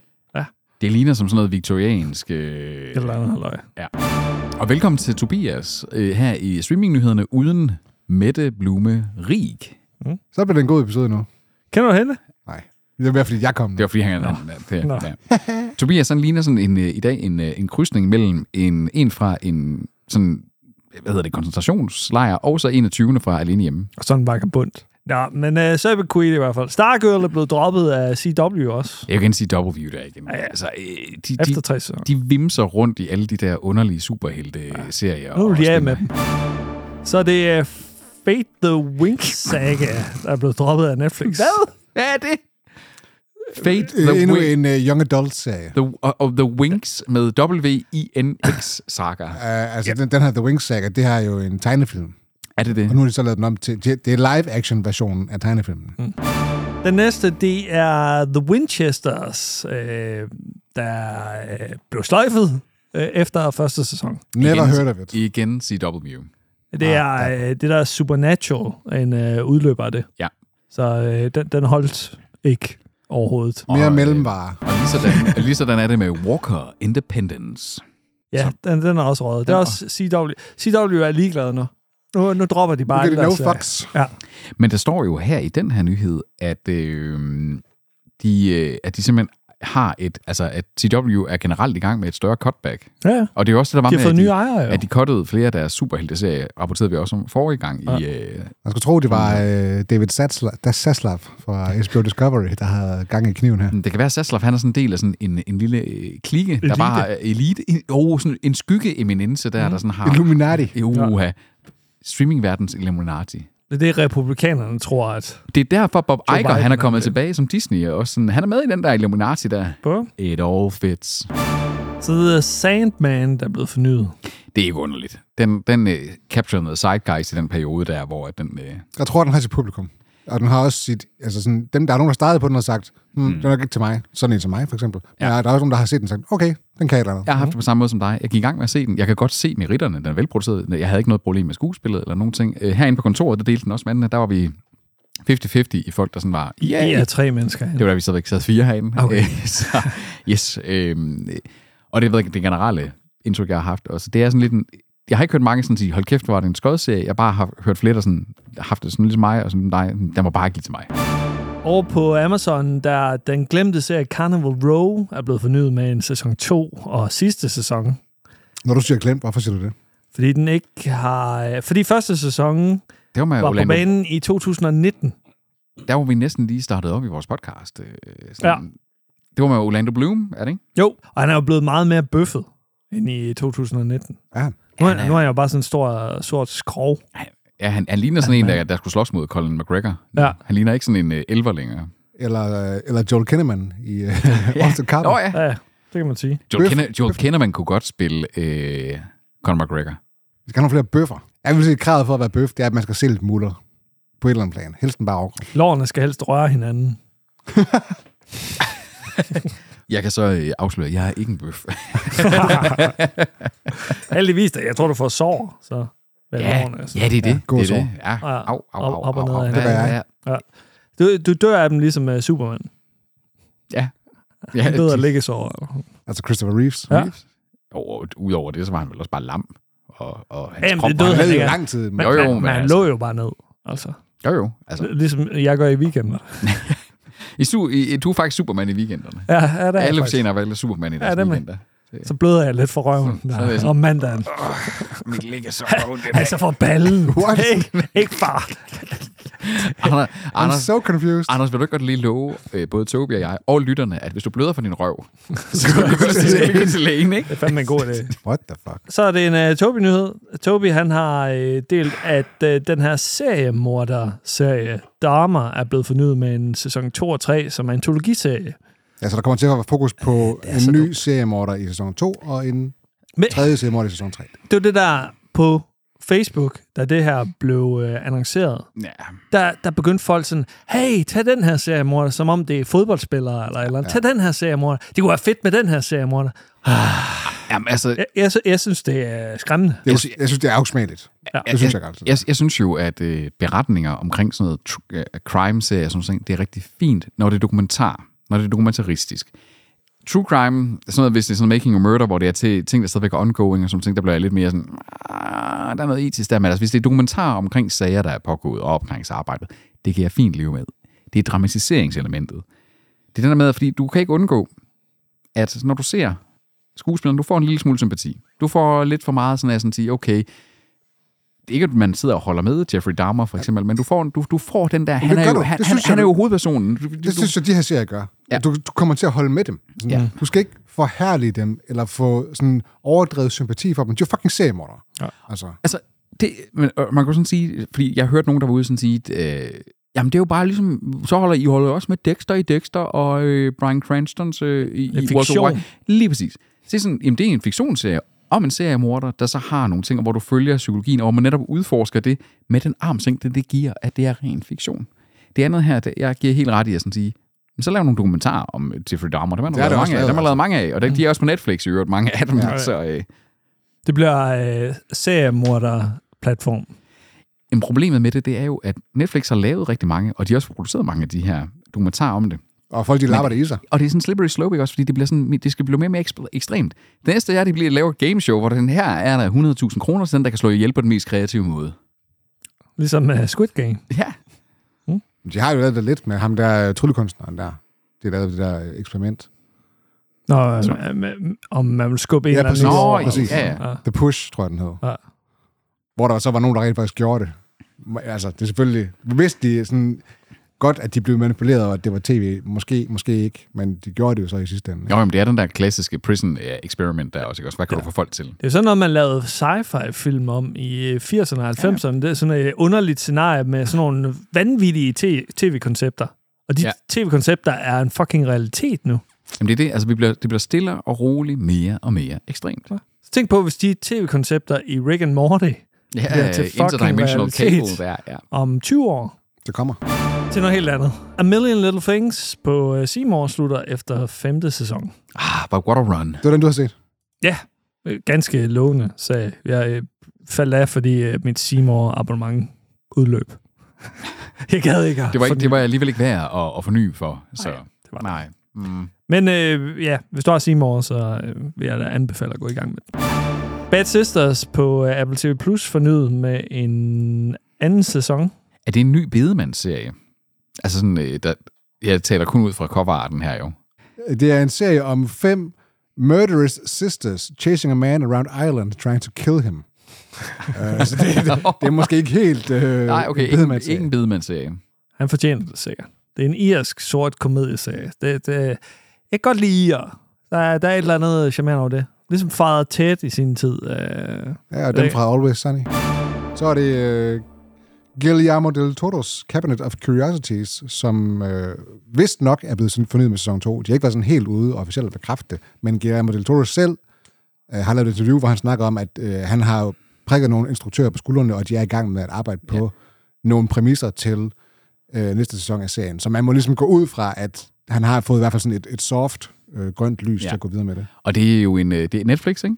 S2: Det ligner som sådan noget viktoriansk... Øh...
S3: Eller andet halløj.
S2: Og velkommen til Tobias øh, her i streamingnyhederne uden Mette Blume Rig.
S5: Så bliver det en god episode nu.
S3: Kender du hende?
S5: Nej. Det er mere, fordi jeg kom nu.
S2: Det var fordi, han... han, han,
S3: Nå.
S2: han ja. Tobias, han ligner sådan en, øh, i dag en, øh, en krydsning mellem en, en fra en sådan hvad hedder det, koncentrationslejr, og så 21. fra alene hjemme.
S3: Og sådan bare bundt. Ja, men uh, Serpent Queen i hvert fald. Stargirl er blevet droppet af CW også.
S2: Jeg kan ikke sige dobbeltview der igen.
S3: Ja, ja.
S2: Altså, øh, de,
S3: Efter
S2: de,
S3: tre sæsoner.
S2: de vimser rundt i alle de der underlige superhelte-serier.
S3: Nu er
S2: og
S3: de af med
S2: spin-off.
S3: Så det er Fate the Wink Saga, der er blevet droppet af Netflix. Hvad?
S2: Hvad er det? Fate
S5: Øh,
S2: the,
S5: endnu
S2: Wing,
S5: en uh, Young Adult-serie.
S2: the, og- og the Wings med W-I-N-X-saga.
S5: Uh, altså, den, den her The Wings Saga, det her er jo en tegnefilm.
S2: Er det det?
S5: Og nu har de så lavet den om til... til- Det er live-action-versionen af tegnefilmen.
S3: Den næste, det er The Winchesters, øh, der øh, blev sløjfet øh, efter første sæson.
S5: Never
S2: Igen-
S5: heard of it.
S2: Igen CW.
S3: Det er øh, det, der er Supernatural, er en øh, udløber af det.
S2: Ja.
S3: Så øh, den, den holdt ikke overhovedet.
S5: Mere
S2: Og, øh,
S5: mellemvare.
S2: Og lige sådan, og lige sådan er det med Walker Independence.
S3: Ja, den, den er også røget. Det er
S2: Den-
S3: også CW. CW er ligeglade nu. Nu, nu dropper de bare
S5: Okay,
S3: alle
S5: no
S3: deres, øh,
S5: fucks.
S3: Ja.
S2: Men der står jo her i den her nyhed, at, øh, de, øh, at de simpelthen har et... Altså, at CW er generelt i gang med et større cutback.
S3: ja. ja.
S2: Og det er jo også det, der var
S3: De har
S2: med,
S3: fået
S2: at
S3: nye ejere, jo.
S2: at de cuttede flere af deres superhelteserier, rapporterede vi også om forrige gang ja. i... Øh,
S5: Man skulle tro, det var øh, David Satsla, da Saslav fra HBO Discovery, der havde gang i kniven her.
S2: men det kan være, at Saslav, han er sådan en del af sådan en, en lille øh, klike, elite. der
S3: Elite.
S2: bare har elite... En, oh, sådan en skygge-eminence der, mm. der sådan har...
S5: Illuminati.
S2: Uha. Streamingverdens Illuminati.
S3: Det er det, republikanerne tror, at...
S2: Det er derfor, Bob
S3: Joe
S2: Iger,
S3: Biden
S2: han er
S3: er
S2: kommet
S3: med.
S2: tilbage som Disney. Og sådan, han er med i den der Illuminati der.
S3: På.
S2: It all fits.
S3: Så det er Sandman, der er blevet fornyet.
S2: Det er ikke underligt. Den, den uh, capturer noget zeitgeist i den periode der, hvor at den... Uh,
S5: Jeg tror, den har sit publikum. Og den har også sit... Altså sådan, dem, der er nogen, der startede på den og sagt, hmm, mm. den er nok ikke til mig. Sådan en som mig, for eksempel. Ja. Men der er også nogen, der har set den og sagt, okay, den kan jeg eller andet.
S2: jeg har haft det på samme måde som dig. Jeg gik i gang med at se den. Jeg kan godt se meritterne. Den er velproduceret. Jeg havde ikke noget problem med skuespillet eller nogen ting. Uh, herinde på kontoret, der delte den også med anden. Der var vi 50-50 i folk, der sådan var...
S3: Ja, yeah. tre mennesker.
S2: Det var da vi stadigvæk sad fire herinde.
S3: Okay.
S2: Øh, så, yes. Øh, og det ved jeg, det generelle indtryk, jeg har haft også. Det er sådan lidt en, jeg har ikke hørt mange sådan sige, hold kæft, hvor var det en skodserie. Jeg har bare har hørt flere, der sådan, har haft det sådan ligesom mig, og sådan, nej, den var bare ikke lige til mig.
S3: Over på Amazon, der den glemte serie Carnival Row er blevet fornyet med en sæson 2 og sidste sæson.
S5: Når du siger glemt, hvorfor siger du det?
S3: Fordi den ikke har... Fordi første sæson
S2: Det var med
S3: var på
S2: Orlando.
S3: banen i 2019.
S2: Der var vi næsten lige startet op i vores podcast. Øh, sådan,
S3: Ja.
S2: Det var med Orlando Bloom, er det ikke?
S3: Jo, og han er jo blevet meget mere bøffet end i 2019.
S5: Ja.
S3: Nu
S2: Han
S3: er,
S2: er-
S3: nu er jeg jo bare sådan en stor sort skrov.
S2: Ja, han, han ligner sådan
S3: Ja,
S2: en,
S3: men-
S2: der, der skulle slås mod Colin McGregor.
S3: Ja.
S2: Han ligner ikke sådan en øh, elver længere.
S5: Eller, øh, eller Joel Kinnaman i uh, Austin Carter.
S2: Nå ja,
S3: Ja, det kan man sige.
S2: Joel,
S5: Bøf-
S2: Kenner, Joel Kennerman kunne godt spille øh, Colin McGregor.
S5: Vi skal have nogle flere bøffer. Jeg vil sige, at kravet for at være bøf, det er, at man skal se lidt muller på et eller andet plan. Helst den bare over.
S3: Lårene skal helst røre hinanden.
S2: Jeg kan så øh, afsløre, at jeg er ikke en bøf.
S3: Heldigvis, da jeg tror, du får sår, så hvad
S2: Ja,
S3: lårene, altså.
S2: ja, det er det.
S5: God
S2: det, er
S5: sår.
S2: det. Ja,
S3: Ja,
S2: au, au, au,
S3: op og
S2: au,
S3: ned
S2: au.
S3: af
S5: det.
S2: Ja, ja,
S3: Du, du dør af dem ligesom uh, Superman.
S2: ja.
S3: Han døde af
S2: de-
S3: liggesår.
S5: Altså Christopher Reeves.
S3: Ja.
S2: Og Udover det, så var han vel også bare lam. Og, og hans
S3: Jamen,
S2: krop
S3: det
S2: var-
S5: Han
S3: døde
S5: havde jo
S3: ikke.
S5: lang tid. Men...
S3: Men,
S2: Jo, jo,
S3: men,
S2: men
S3: han
S2: altså-
S3: lå jo bare ned. Altså.
S2: Jo, jo. Altså,
S3: Ligesom jeg gør i weekenden.
S2: I su- I, du er faktisk Superman i weekenderne.
S3: Ja, ja, det er
S2: Alle
S3: jeg faktisk.
S2: fortjener vel Superman i
S3: Ja,
S2: deres
S3: det er man.
S2: weekender.
S3: Så bløder jeg lidt for røven
S2: så er det
S3: der,
S2: sådan-
S3: om mandagen.
S2: Mit ligger så ondt.
S3: Altså for ballen.
S5: What?
S3: Ikke, ikke far.
S2: Anders,
S5: I'm
S2: Anders,
S5: so confused.
S2: Anders, vil du ikke godt lige love øh, både Tobi og jeg og lytterne, at hvis du bløder for din røv, så skal du gå- så skal du gå til lægen, ikke?
S3: Det er fandme en god idé.
S5: What the fuck?
S3: Så er det en uh, Tobi-nyhed. Tobi han har uh, delt, at uh, den her seriemorder-serie, Dharma, er blevet fornyet med en sæson 2 og 3, som er en antologiserie.
S5: Altså, der kommer til at være fokus på
S3: er så
S5: en ny seriemorder i sæson 2 og en
S3: Men-
S5: tredje seriemorder i sæson 3.
S3: Det var det der på Facebook, da det her blev uh, annonceret.
S2: Ja,
S3: Der, der begyndte folk sådan, hey, tag den her seriemorder, som om det er fodboldspillere eller et eller andet. Tag den her seriemorder. Det kunne være fedt med den her seriemorder.
S2: jamen, altså,
S3: Jeg, jeg, sy- jeg synes, det er skræmmende.
S5: Det er, jo- jeg synes, det er afsmageligt.
S3: Ja.
S5: Det synes jeg altid.
S2: Jeg, jeg synes jo, at øh, beretninger omkring sådan noget tr- øh, crime-serier, og sådan noget, det er rigtig fint, når det er dokumentar, når det er dokumentaristisk. True crime, sådan noget, hvis det er sådan making a murder, hvor det er til ting, der stadigvæk er ongoing, og sådan nogle ting, der bliver jeg lidt mere sådan, "Ah, der er noget etisk der, men altså, hvis det er dokumentar omkring sager, der er pågået og opklaringsarbejdet, det kan jeg fint leve med. Det er dramatiseringselementet. Det er den der med, fordi du kan ikke undgå, at når du ser skuespilleren, du får en lille smule sympati. Du får lidt for meget sådan at sådan sige, okay, det er ikke, at man sidder og holder med Jeffrey Dahmer, for eksempel, men du får, en- du, du får den der, han
S5: det
S2: er,
S5: gør
S2: jo,
S5: du.
S2: han,
S5: Det
S2: han,
S5: synes jeg,
S2: han er
S5: du-
S2: jo hovedpersonen. Du, du,
S5: Det synes jeg, de her serier gør.
S2: Ja.
S5: Ja. Du, du kommer til at holde med dem. Sådan,
S2: Ja.
S5: ja. Du skal ikke forhærlige dem, eller få sådan overdrevet sympati for dem. De er jo fucking seriemorder. Ja. Altså,
S2: Altså, det, men, øh, man kan jo sådan sige, fordi jeg hørte nogen, der var ude sådan sige, øh, jamen det er jo bare ligesom, så holder I holder jo også med Dexter i Dexter, og øh, Brian Cranstons øh, i, i
S3: fiktion.
S2: Walter White. Lige præcis. Så det er sådan, jamen det er en fiktionsserie om en seriemorder, der så har nogle ting, og hvor du følger psykologien, og hvor man netop udforsker det med den armsængde, det giver, at det er ren fiktion. Det andet her, det, jeg giver helt ret i at sådan sige, men så lav nogle dokumentarer om øh, Jeffrey Dahmer. Dem har der
S5: Det er
S2: lavet
S5: der
S2: mange
S5: også
S2: af.
S5: lavet,
S2: Dem har
S5: altså.
S2: lavet mange af, og de de er også på Netflix i øvrigt, mange af dem. Ja.
S5: Ja.
S2: Så, øh,
S3: Det bliver øh, seriemorder-platform.
S2: Men problemet med det, det er jo, at Netflix har lavet rigtig mange, og de har også produceret mange af de her dokumentarer om det.
S5: og folk, de lapper det i sig.
S2: Og det er sådan en slippery slope, ikke også? Fordi det, bliver sådan, det skal blive mere og mere eksp- ekstremt. Det næste er, at de bliver laver et gameshow, hvor den her er der 100.000 kroner til den, der kan slå ihjel på den mest kreative måde.
S3: Ligesom uh, Squid Game.
S2: Ja,
S5: De har jo lavet det lidt med ham der øh, tryllekunstneren der. De lavede det der øh, eksperiment.
S3: Nå, øh, øh, om man vil skubbe en
S5: Ja,
S3: eller anden
S5: præcis.
S3: ud over.
S2: Nå, præcis. Ja, ja.
S5: The Push, tror jeg, den hed.
S3: Ja.
S5: Ja. Hvor der så var nogen, der rent faktisk gjorde det. Altså, det er selvfølgelig... Vidste de sådan godt, at de blev manipuleret, og at det var tv. Måske, måske ikke, men de gjorde det jo så i sidste ende.
S2: jo, jamen, det er den der klassiske prison øh, experiment der også, ikke også? Hvad kan ja. du få folk til?
S3: Det er jo sådan noget, man lavede sci-fi-film om i øh, 80'erne og 90'erne. Det er sådan et underligt scenarie med sådan nogle vanvittige te- tv-koncepter. Og de
S2: Ja.
S3: ja. tv-koncepter er en fucking realitet nu.
S2: Jamen, det er det. Altså, vi bliver, det bliver stille og roligt mere og mere ekstremt.
S3: Så tænk på, hvis de tv-koncepter i Rick and Morty
S2: Ja,
S3: bliver til
S2: øh,
S3: fucking
S2: interdimensional cable
S3: realitet.
S2: der, ja.
S3: om 20 år
S5: Det kommer.
S3: til noget helt andet. A Million Little Things på øh, Seymour slutter efter femte sæson.
S2: Ah, but what a run.
S5: Det var den, du har set.
S3: Øh, Ganske lovende, sagde jeg. Jeg øh, faldt af, fordi øh, mit Seymour-abonnement udløb. jeg gad ikke at
S2: Det var, ikke,
S3: forny-
S2: det var alligevel ikke værd at, at forny for, så... Nej,
S3: det var det.
S2: Nej. Mm.
S3: Men øh, ja, hvis du har Seymour, så øh, vil jeg da anbefale at gå i gang med det. Bad Sisters på øh, Apple TV Plus fornyet med en anden sæson.
S2: Er det en ny bedemandsserie? Altså sådan, øh, der, jeg taler kun ud fra coverarten her jo.
S5: Øh, Det er en serie om fem murderous sisters chasing a man around Ireland trying to kill him. uh, så det, det, det er måske ikke helt... Uh,
S2: Nej, okay, ikke, en- ikke en bedemandsserie.
S3: Han fortjener det sikkert. Det er en irsk sort komedieserie. Det, det, jeg kan godt lide irer. Der, er- der er et eller andet charmerende over det. Ligesom Fader Ted i sin tid. Øh,
S5: Ja, og dem fra Always Sunny. Så er det uh, Guillermo del Toro's Cabinet of Curiosities, som uh, vist nok er blevet sådan fornyet med sæson 2. De har ikke været sådan helt ude og officielt at bekræfte det, men Guillermo del Toro selv uh, har lavet et interview, hvor han snakker om, at uh, han har jo prikket nogle instruktører på skuldrene, og de er i gang med at arbejde på nogle præmisser til øh, næste sæson af serien. Så man må ligesom gå ud fra, at han har fået i hvert fald sådan et, et soft, øh, grønt lys
S2: Ja.
S5: ja. til at gå videre med det.
S2: Og det er jo en øh, det er Netflix, ikke?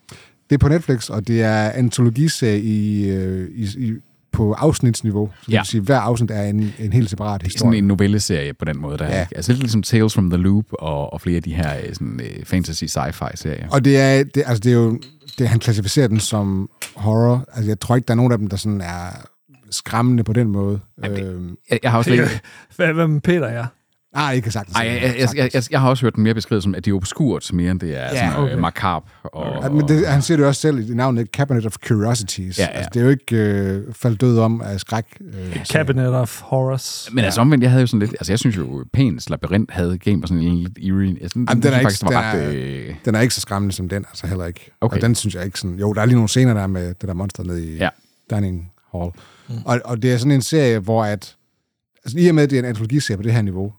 S5: Det er på Netflix, og det er antologiserie i, øh, i, i, på afsnitsniveau. Så det
S2: Ja.
S5: ja. vil sige, hver afsnit er en, en helt separat historie.
S2: Sådan en novelleserie på den måde, der ja.
S5: Ja.
S2: ikke? Altså lidt ligesom Tales from the Loop og, og flere af de her øh, sådan, øh, fantasy sci-fi serier.
S5: Og det er, det, altså det er jo, det, han klassificerer den som horror. Altså jeg tror ikke, der er nogen af dem, der sådan er skræmmende på den måde. Jamen, det...
S2: Jeg, jeg har også lidt...
S3: hvad, hvad med Peter, ja?
S5: Nej, det kan sagtens.
S2: Ej, jeg, jeg, jeg, jeg, jeg har også hørt den mere beskrevet som, at det er obskurt, mere end det er ja, sådan, okay.
S3: okay.
S2: øh, makab. Og,
S5: Ja, men det, han siger det jo også selv i navnet Cabinet of Curiosities.
S2: Ja, ja.
S5: Altså, det er jo ikke øh, faldet død om af skræk. Øh, så-
S3: Cabinet of Horrors.
S2: Men altså omvendt, jeg havde jo sådan lidt... Altså, jeg synes jo, Pans labyrint havde game og sådan en lidt eerie... Jeg synes,
S5: Jamen, den
S2: synes
S5: er ikke-
S2: faktisk, den var
S5: den
S2: ret... Øh,
S5: Den er ikke så skræmmende som den, altså heller ikke.
S2: Okay.
S5: Og den synes jeg ikke sådan... Jo, der er lige nogle scener der er med det der monster nede i
S2: Ja.
S5: ja. Dining Hall. Mm. Og, og det er sådan en serie, hvor at... Altså i og med, at det er en antologiserie på det her niveau,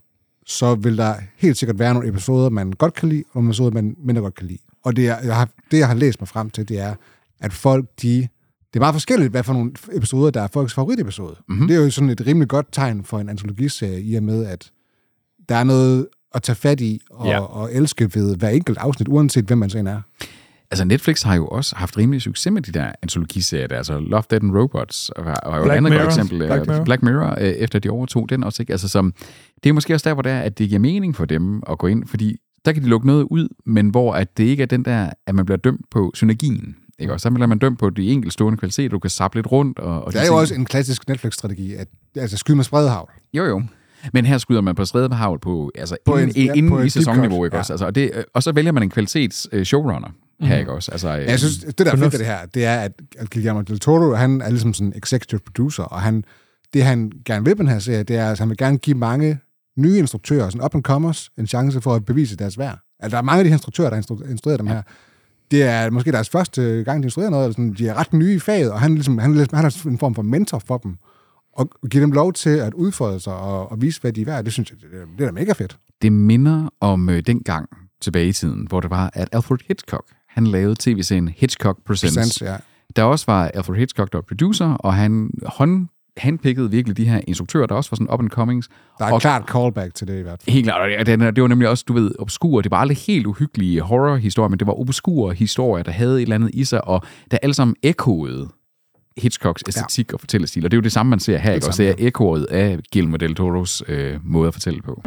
S5: så vil der helt sikkert være nogle episoder, man godt kan lide, og nogle episoder, man mindre godt kan lide. Og det, er, jeg har, det, jeg har læst mig frem til, det er, at folk, de... Det er meget forskelligt, hvad for nogle episoder, der er folks favoritepisode.
S2: Mhm.
S5: Mm-hmm. Det er jo sådan et rimelig godt tegn for en antologiserie, i og med, at der er noget at tage fat i og,
S2: Ja.
S5: ja. og elske ved hver enkelt afsnit, uanset hvem man så end er.
S2: altså, Netflix har jo også haft rimelig succes med de der antologiserier der. Altså, Love, Dead and Robots og, og jo et
S3: Black
S2: andet godt
S3: Mirror.
S2: eksempel.
S3: Black
S2: øh,
S3: Mirror.
S2: Black Mirror, øh, efter de overtog den også, ikke? Altså, som, det er måske også der, hvor det er, at det giver mening for dem at gå ind, fordi der kan de lukke noget ud, men hvor at det ikke er den der, at man bliver dømt på synergien. Ikke? Og så bliver man dømt på de enkeltstående kvaliteter, du kan sappe lidt rundt. Og, og
S5: Der
S2: de
S5: er jo
S2: ting.
S5: også en klassisk Netflix-strategi, at altså, skyde med spredhavl.
S2: Jo, jo. Men her skyder man på strædehavl på, altså på
S5: På
S2: inden,
S5: en-
S2: en,
S5: ja,
S2: inden
S5: på en
S2: i
S5: deep
S2: sæsonniveau,
S5: cut,
S2: ikke
S5: ja.
S2: også? Altså, og, det, øh, og så vælger man en kvalitets øh, showrunner
S3: Mhm.
S2: her, ikke også? Altså, øh,
S5: Ja, jeg synes, det der er fedt
S3: fornuft.
S5: ved det her, det er, at at Guillermo del Toro, han er ligesom sådan en executive producer, og han, det han gerne vil med den her serie, det er, at han vil gerne give mange nye instruktører, sådan up and comers, en chance for at bevise deres værd. Altså, der er mange af de her instruktører, der har instru- instrueret dem her. Det er måske deres første gang, de instruerer noget, eller sådan, de er ret nye i faget, og han, ligesom, han, er ligesom, han er en form for mentor for dem, og give dem lov til at udfolde sig og, og vise, hvad de er værd. Det synes jeg, det, er- det er da mega fedt.
S2: det minder om øh, dengang tilbage i tiden, hvor det var, at Alfred Hitchcock, han lavede tv-serien Hitchcock Presents.
S5: Sans, ja.
S2: Der også var Alfred Hitchcock, der var producer, og han hånd, handpikkede virkelig de her instruktører, der også var sådan up and comings.
S5: Der er
S2: og
S5: et klart callback til det i hvert fald.
S2: Helt klart, og det- den er- det var nemlig også, du ved, obskur. Det var aldrig helt uhyggelige horrorhistorier, men det var obskure historier, der havde et eller andet i sig, og der alle sammen ekkoede Hitchcocks æstetik ja. og fortællestil. Og det er jo det samme, man ser her, ikke? Også det er ekkoet af Guillermo del Toros øh, måde at fortælle på.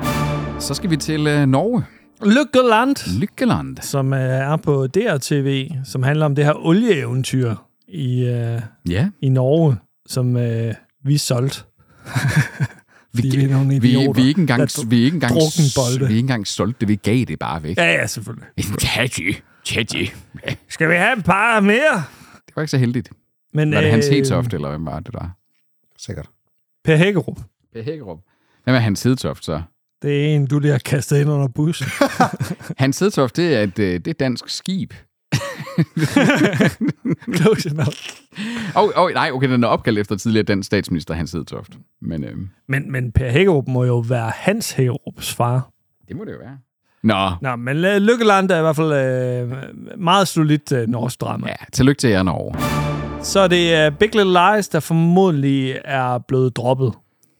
S2: Så skal vi til øh, Norge. Mm.
S3: Lykkeland,
S2: Lykkeland.
S3: som øh, er på DRTV, som handler om det her olieeventyr i, øh,
S2: Ja,
S3: i Norge, som øh, vi solgte. Fordi vi, vi er nogle
S2: vi,
S3: idioter.
S2: vi, er ikke engang,
S3: der
S2: vi, er ikke engang,
S3: drukkenbolde.
S2: vi er ikke engang solgte det. Vi gav det bare væk.
S3: Ja, ja, selvfølgelig.
S2: Tjadji. Tjadji.
S3: Skal vi have et par mere?
S2: Det var ikke så heldigt.
S3: Men,
S2: Var det Hans
S3: øh,
S2: Hedtoft, eller hvem var det, der?
S5: Sikkert.
S3: Per Hækkerup.
S2: Per Hækkerup. Hvem er Hans Hedtoft, så?
S3: Det er en, du lige har kastet ind under bussen.
S2: Hans Hedtoft, det er et, øh, det er et dansk skib.
S3: Close enough.
S2: Og oh, oh, nej, okay, den er opkaldt efter tidligere dansk statsminister Hans Hedtoft. Men øh,
S3: Men, men Per Hækkerup må jo være Hans Hækkerups far.
S2: det må det jo være. Nå,
S3: Nå, men uh, Lykkeland er i hvert fald uh, meget solidt uh, norsk drama.
S2: ja, tillykke til jer, Norge.
S3: Så er det uh, Big Little Lies, der formodentlig er blevet droppet.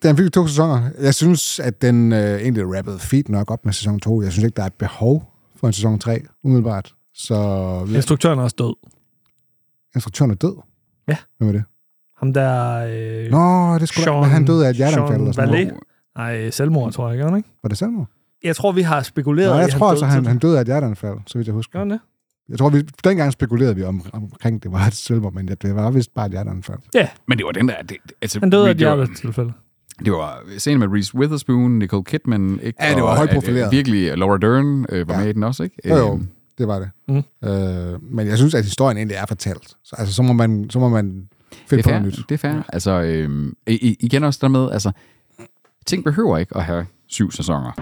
S5: Den fik to sæsoner. Jeg synes, at den øh, egentlig rappede fint nok op med sæson 2. Jeg synes ikke, der er et behov for en sæson 3, umiddelbart. Så
S3: Instruktøren er også død.
S5: instruktøren er død.
S3: Ja.
S5: Hvem er det?
S3: Ham der... Øh,
S5: Nå, det skulle Sean, han døde af et hjerteanfald eller sådan noget.
S3: Valé. Nej, selvmord, tror jeg ikke, ikke?
S5: Var det selvmord?
S3: Jeg tror, vi har spekuleret
S5: Nej, jeg tror altså, han,
S3: til-
S5: han døde af et hjerteanfald, så vidt jeg husker.
S3: Gør han det?
S5: Jeg tror, vi, dengang spekulerede vi om, omkring, det var et selvmord, men det var vist bare et hjerteanfald.
S2: Men det var den der... Det, det- altså,
S3: Han døde af et
S2: det var-
S3: hjertetilfælde.
S2: Det var scenen med Reese Witherspoon, Nicole Kidman. Ikke?
S5: Ja, det var
S2: Og,
S5: højprofileret.
S2: øh, Virkelig, Laura Dern øh, var
S5: Ja.
S2: med i den også, ikke?
S5: Jo, jo,
S2: Øhm,
S5: det var det.
S3: Mm.
S5: Øh, men jeg synes, at historien egentlig er fortalt. Så, altså, så må man, så må man
S2: Det er
S5: finde på
S2: fair.
S5: noget nyt.
S2: Det er fair. Altså, øh, igen også der med, altså, ting behøver ikke at have syv sæsoner.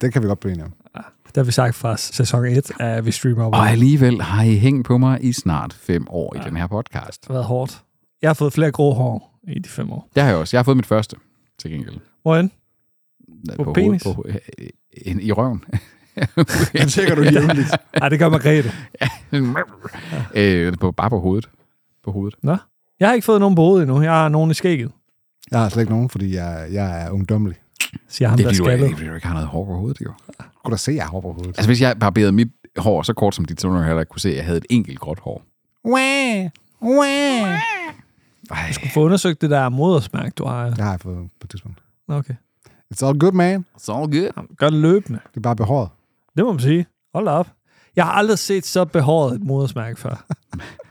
S5: Det kan vi godt blive enige om.
S3: Der har vi sagt fra sæson 1, at vi streamer op.
S2: Og alligevel har I hængt på mig i snart fem år i den her podcast.
S3: Det har været hårdt. Jeg har fået flere grå hår i de fem år.
S2: Det har jeg også. Jeg har fået mit første, til gengæld.
S3: Hvorhen? På
S2: hovedet-
S3: penis?
S2: På, øh, øh, I røven.
S5: Det tjekker du jævnligt.
S3: Nej, det gør Margrethe.
S2: øh, på, bare på hovedet. På hovedet.
S3: Nå? Jeg har ikke fået nogen på hovedet endnu. Jeg har nogen i skægget,
S5: Jeg har slet ikke nogen, fordi jeg, jeg er ungdommelig.
S3: siger ham,
S2: det
S3: det
S2: er fordi,
S3: der
S2: du, det
S3: skal
S2: er, fordi du ikke har noget hår på hovedet, jo.
S5: Kunne da se, at jeg har på hovedet.
S2: Altså, hvis jeg barberede mit hår så kort som dit, så ville du heller ikke kunne se, at jeg havde et enkelt gråt hår.
S5: Wah! Wah!
S2: Ej,
S3: Få undersøgt det der modersmærke, du har.
S5: Det har jeg fået på et tidspunkt.
S3: Nå, Okay.
S5: It's all good, man.
S2: it's all good.
S3: Jamen, Gør det løbende.
S5: Det er bare behåret.
S3: Det må man sige. Hold da op. Jeg har aldrig set så behåret et modersmærke før.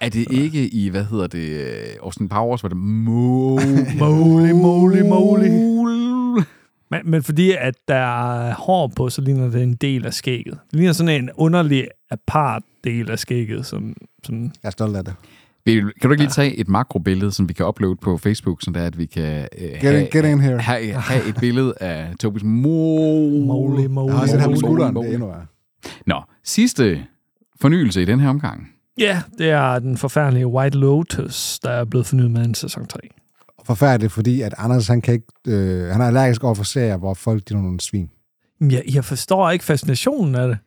S2: Er det ikke i, hvad hedder det, øh, Austin Powers, hvor det må...
S3: Moly, moly,
S5: moly.
S3: Men, men fordi at der er hår på, så ligner det en del af skægget. Det ligner sådan en underlig apart del af skægget, som, som
S5: Jeg er stolt af det.
S2: Vil- Kan du ikke lige tage et makrobillede, som vi kan uploade på Facebook, så der, at vi kan øh, have,
S5: in- get in here.
S2: have, have et billede af Tobis mole.
S3: Mole, mole,
S5: Jeg har også set ham på
S3: mole,
S5: skulderen. Det
S2: mole.
S5: er endnu værre.
S2: Nå, sidste fornyelse i den her omgang.
S3: Ja, det er den forfærdelige White Lotus, der er blevet fornyet med en sæson 3.
S5: Forfærdeligt, fordi at Anders, han, kan ikke, øh, han er allergisk over for serier, hvor folk de er nogle svin.
S3: Men Jeg, jeg forstår ikke fascinationen af det.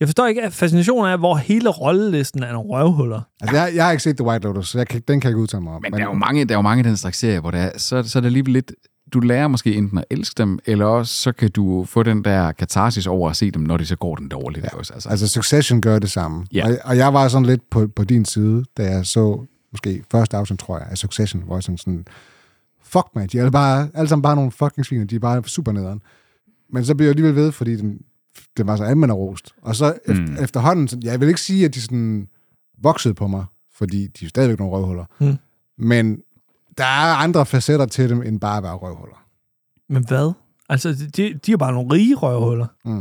S3: Jeg forstår ikke at fascinationen af, hvor hele rollelisten er nogle røvhuller.
S5: Altså, jeg, jeg har ikke set The White Lotus, så jeg kan, den kan jeg ikke udtale mig om.
S2: Men der er jo mange, der er jo mange af den slags serier, hvor det er, så, så er det alligevel lidt, du lærer måske enten at elske dem, eller også så kan du få den der katarsis over at se dem, når de så går den dårligt. Ja. Også, altså.
S5: Altså, Succession gør det samme.
S2: Ja.
S5: Og, og jeg var sådan lidt på, på din side, da jeg så måske første afsnit, tror jeg, af Succession, hvor jeg sådan, sådan fuck mig, de er bare, alle sammen bare nogle fucking sviner, de er bare super nederen. Men så blev jeg alligevel ved, fordi den, den var så anmelderrost. Og så mm. efterhånden, så, jeg vil ikke sige, at de sådan voksede på mig, fordi de er stadigvæk nogle røvhuller.
S3: Mm.
S5: Men der er andre facetter til dem, end bare at være røvhuller.
S3: Men hvad? Altså, de, de er bare nogle rige røvhuller.
S5: Mm.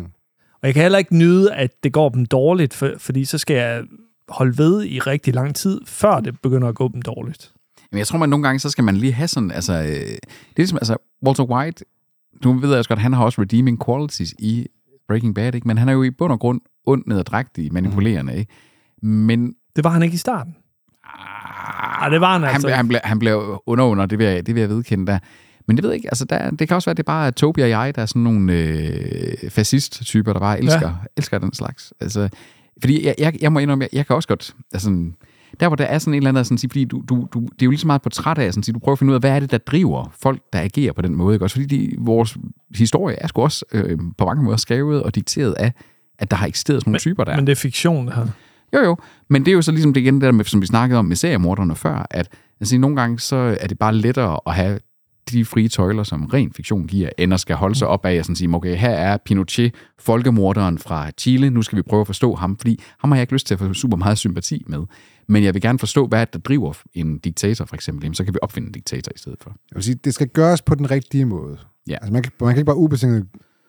S3: Og jeg kan heller ikke nyde, at det går dem dårligt, for, fordi så skal jeg holde ved i rigtig lang tid, før det begynder at gå dem dårligt.
S2: Men jeg tror, man nogle gange, så skal man lige have sådan, altså, øh, det er ligesom, altså, Walter White, nu ved jeg også godt, han har også redeeming qualities i Breaking Bad, ikke? men han er jo i bund og grund ond, nederdrægtig, manipulerende, ikke? Men
S3: Det var han ikke i starten. Ah, det var han
S2: han,
S3: altså.
S2: blev-
S3: ikke.
S2: han, blev, han blev underunder, det vil jeg, det vil jeg vedkende der. Men det ved jeg ikke, altså der, det kan også være, at det er bare Tobi og jeg, der er sådan nogle øh, fascist-typer, der bare elsker, ja. elsker den slags. Altså, fordi jeg, jeg, jeg må indrømme, jeg, jeg kan også godt, altså, sådan- der hvor der er sådan en eller anden, sådan, sige, fordi du, du, du, det er jo lige så meget et portræt af, sådan, sige, du prøver at finde ud af, hvad er det, der driver folk, der agerer på den måde, ikke? også fordi de, vores historie er sgu også øh, på mange måder skrevet og dikteret af, at der har eksisteret sådan nogle typer, der
S3: Men det er fiktion, det her.
S2: jo, jo. Men det er jo så ligesom det igen, det der med, som vi snakkede om med seriemorderne før, at altså, nogle gange så er det bare lettere at have de frie tøjler, som ren fiktion giver, end at skal holde sig op af og sådan sige, okay, her er Pinochet, folkemorderen fra Chile, nu skal vi prøve at forstå ham, fordi ham har jeg ikke lyst til at få super meget sympati med. Men jeg vil gerne forstå, hvad der driver en diktator, for eksempel. Jamen, så kan vi opfinde en diktator i stedet for.
S5: Jeg vil sige, det skal gøres på den rigtige måde.
S2: Ja.
S5: Altså, man, kan, man kan ikke bare ubetinget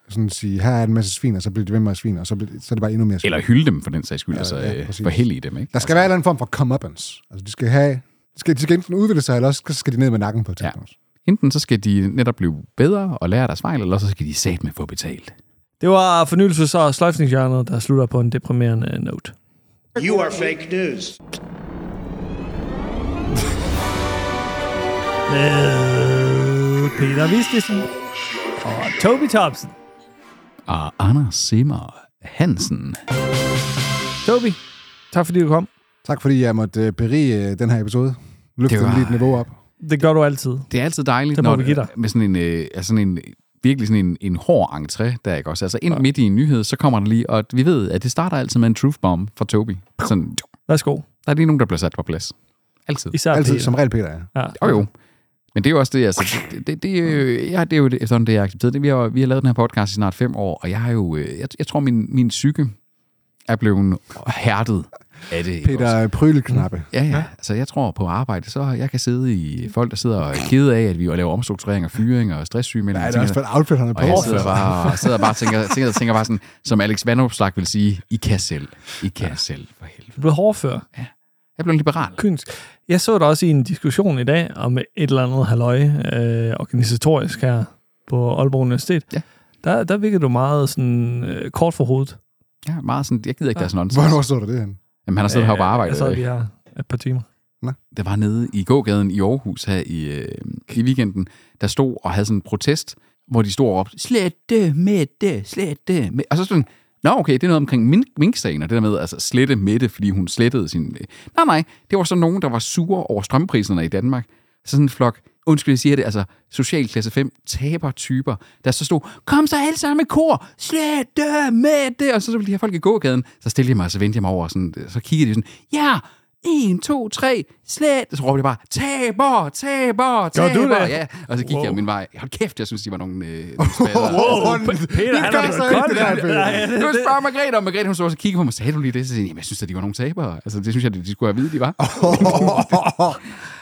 S5: sådan sige, her er en masse svin, og så bliver det ved med at svin, og så, bliver, så er det bare endnu mere svin.
S2: Eller hylde dem for den sags skyld, ja, altså
S5: ja,
S2: ja,
S5: præcis.
S2: forhælde dem. Ikke? Altså,
S5: Der skal være en eller anden form for comeuppance. Altså, de skal have... De skal, de skal enten udvikle sig, eller også skal- skal de ned med nakken på et
S2: Ja.
S5: tidspunkt.
S2: Enten så skal de netop blive bedre og lære deres fejl, eller så skal de sat med få betalt.
S3: Det var fornyelses- og sløjfningsjørnet, der slutter på en deprimerende note.
S6: You are fake news.
S3: Med Peter Vistisen og Toby Thompson.
S2: og Anders Simmer Hansen.
S3: Toby, tak fordi du kom.
S5: Tak fordi jeg måtte øh, berige øh, den her episode. Løfte
S2: Det
S5: var...
S2: var-
S5: den lige et niveau op.
S3: Det gør du altid.
S2: Det er altid dejligt,
S3: Det må
S2: når
S3: vi give dig.
S2: med sådan en, øh, altså sådan en virkelig sådan en, en hård entré, der ikke også. Altså ind midt i en nyhed, så kommer den lige, og vi ved, at det starter altid med en truth bomb fra Toby. Sådan,
S3: Værsgo.
S2: der er lige nogen, der bliver sat på plads. Altid.
S3: Især
S5: Altid,
S3: Peter.
S5: som regel, Peter, ja.
S2: Jo, jo. Men det er jo også det, altså, det, det, det, øh, ja, det er jo det, sådan, det jeg accepterer. Det, vi, har, vi har lavet den her podcast i snart fem år, og jeg har jo, øh, jeg, jeg tror, min, min psyke er blevet hærdet af det. ikke også?
S5: Peter Prylknappe.
S2: Ja, ja. Altså, jeg tror på arbejde, så jeg kan sidde i folk, der sidder og er kede af, at vi laver omstrukturering og fyring og stresssygemelding.
S5: Nej, det er også for et outfit, han er på.
S2: og jeg sidder bare, sidder bare og tænker, tænker, tænker bare sådan, som Alex Vandopslag vil sige, I kan selv. I kan ja. selv, for helvede.
S3: Du blev hårdfør.
S2: Jeg blev liberal.
S3: Kynsk. Jeg så det også i en diskussion i dag om et eller andet halløj øh, organisatorisk her på Aalborg Universitet.
S2: Ja.
S3: Der, der virkede du meget sådan, øh, kort for hovedet.
S2: Ja, meget sådan, jeg gider ikke deres nonsens.
S5: Hvornår så du det hen?
S2: Jamen, han har siddet her på
S3: Jeg
S2: arbejde.
S3: sad
S2: Øh,
S3: lige her et par timer.
S2: der var nede i gågaden i Aarhus her i, øh, i weekenden, der stod og havde sådan en protest, hvor de stod og råbte, slet det med det, slet det med... Og så sådan, nå okay, det er noget omkring mink- minksagen, og det der med altså slette med det, fordi hun slettede sin... Nej, nej, det var så nogen, der var sure over strømpriserne i Danmark. Så sådan en flok, undskyld, jeg siger det, altså socialklasse 5 tabertyper, der så stod, kom så alle sammen med kor, slet det med det, og så, så ville de her folk i gågaden, så stillede jeg mig, og så vendte jeg mig over, og sådan, så kiggede de sådan, ja, 1, 2, 3, slet. Så råbte jeg bare, taber, taber, taber.
S3: du det?
S2: Ja, og så gik wow. jeg min vej. Hold kæft, jeg synes, de var nogle, øh, nogle spadere.
S5: Peter,
S1: han har det
S5: det der, Peter.
S2: Nu spørger Margrethe, og Margrethe hun så også og kigger på mig, sagde du lige det? Så siger jeg, jamen, jeg synes, at de var nogle tabere. Altså, det synes jeg, de skulle have vide, de var.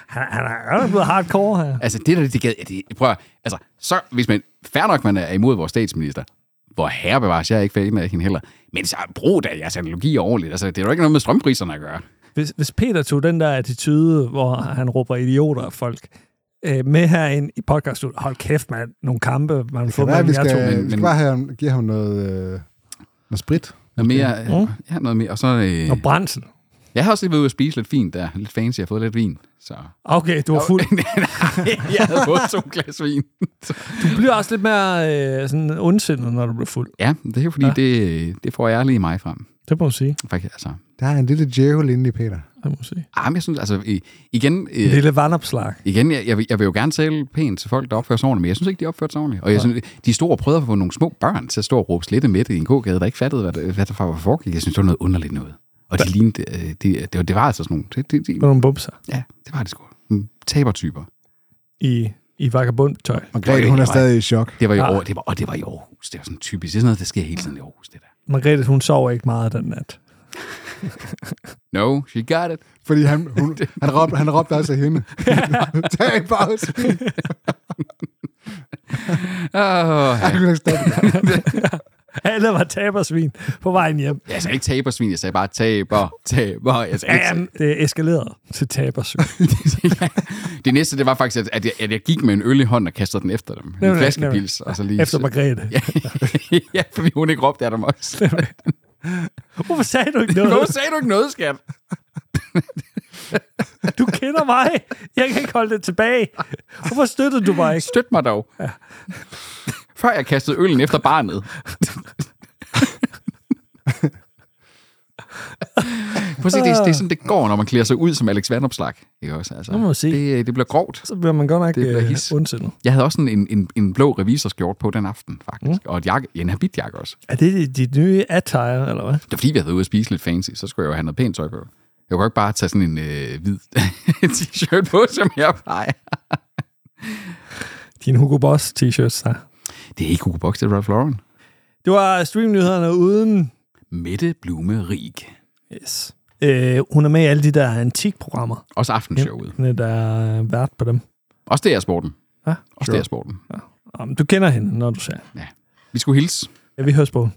S3: Han, han er godt nok blevet hardcore her.
S2: Altså, det der, det gad, det, prøv at, altså, så, hvis man, fair nok, man er imod vores statsminister, hvor herre bevares, jeg er ikke fan af hende heller. Men så brug da jeres analogier ordentligt. Altså, det er jo ikke noget med strømpriserne at gøre.
S3: Hvis, hvis Peter tog den der attitude, hvor han råber idioter af folk, øh, med herind i podcasten, hold kæft, mand, nogle kampe, man får
S5: Kan være,
S3: mellem
S5: vi
S3: jer to.
S5: skal,
S2: men-
S5: vi skal
S2: men-
S5: bare have, ham- give ham noget, øh, noget sprit.
S2: Noget mere, øh, ja, noget mere. Og så,
S3: Og
S2: øh,
S3: brændsel.
S2: jeg har også lige været ude at spise lidt fint der. Lidt fancy, jeg har fået lidt vin. Så.
S3: Okay, du var fuld.
S2: jeg havde fået to glas vin. Så.
S3: Du bliver også lidt mere øh, sådan ondsindet, når du bliver fuld.
S2: Ja, det er jo fordi, ja. det, det får jeg lige mig frem.
S3: Det må man sige.
S2: Faktisk, altså.
S5: Der er en lille djævel inde i Peter.
S3: Det må man sige.
S2: Ah, men jeg synes, altså, øh, igen, øh,
S3: En lille vandopslag.
S2: Igen, jeg, jeg, vil, jeg vil jo gerne tale pænt til folk, der opfører sig ordentligt, men jeg synes ikke, de opfører sig ordentligt. Og jeg synes, de store prøvede at få nogle små børn til at stå og råbe slette midt i en gågade, der ikke fattede, hvad, der- hvad der var foregik. Jeg synes, det var noget underligt noget. Og de lignede, øh, det, det, var- det var altså sådan nogle, det, det, det,
S3: Nogle bumser
S2: ja, det var det sgu. Mm, Tabertyper.
S3: i, i vagabundtøj.
S5: Margrethe, hun er stadig i chok.
S2: Det var jo,
S3: Ah.
S2: over, det var, og det var i Aarhus. Det var sådan typisk. Det er sådan noget, der sker hele tiden i Aarhus, det der.
S3: Margrethe, hun sover ikke meget den nat.
S2: No, she got it.
S5: Fordi han, hun, han, råbte, han råbte også af hende. Tag en pause.
S2: Oh,
S5: Jeg kunne ikke stoppe.
S3: Alle var tabersvin på vejen hjem.
S2: jeg sagde ikke tabersvin, jeg sagde bare taber, taber. Jeg sagde ikke,
S3: Jamen, det eskalerede til tabersvin.
S2: det næste, det var faktisk, at- at jeg, at jeg gik med en øl i hånden og kastede den efter dem. En
S3: Nemlig,
S2: flaskepils, og så lige...
S3: Efter Margrethe. Ja.
S2: ja, fordi hun ikke råbte af dem også.
S3: Hvorfor sagde du ikke
S2: Hvorfor
S3: noget?
S2: sagde du ikke noget, skat?
S3: Du kender mig. Jeg kan ikke holde det tilbage. Hvorfor støttede du mig ikke?
S2: Støt mig dog. Før jeg kastede øllen efter barnet. Prøv at se, det, er- det er sådan, det går, når man klæder sig ud som Alex Vandopslag. Ikke også? Altså,
S3: Nu må vi se.
S2: Det, det bliver grovt.
S3: Så bliver man godt
S2: Det
S3: nok
S2: bliver
S3: øh,
S2: his.
S3: ondsindet.
S2: Jeg havde også sådan en, en, en blå revisorskjort på den aften, faktisk. Mm. Og et jakke, en habitjakke også.
S3: Er det dit nye attire, eller hvad?
S2: Det var fordi, vi havde været ude at spise lidt fancy, så skulle jeg jo have noget pænt tøj på. Jeg kunne ikke bare tage sådan en øh, hvid t-shirt på, som jeg plejer.
S3: Din Hugo Boss t-shirts der.
S2: Det er ikke Hugo Box, det er Ralph Lauren.
S3: Det var streamnyhederne uden...
S2: Mette Blume Rig.
S3: Yes. Øh, hun er med i alle de der antikprogrammer.
S2: Også aftenshowet.
S3: Hun er der er øh, vært på dem.
S2: Også det er sporten.
S3: Ja,
S2: Også det er sporten.
S3: Jamen, du kender hende, når du ser.
S2: Vi skulle hilse.
S3: Ja, vi høres på.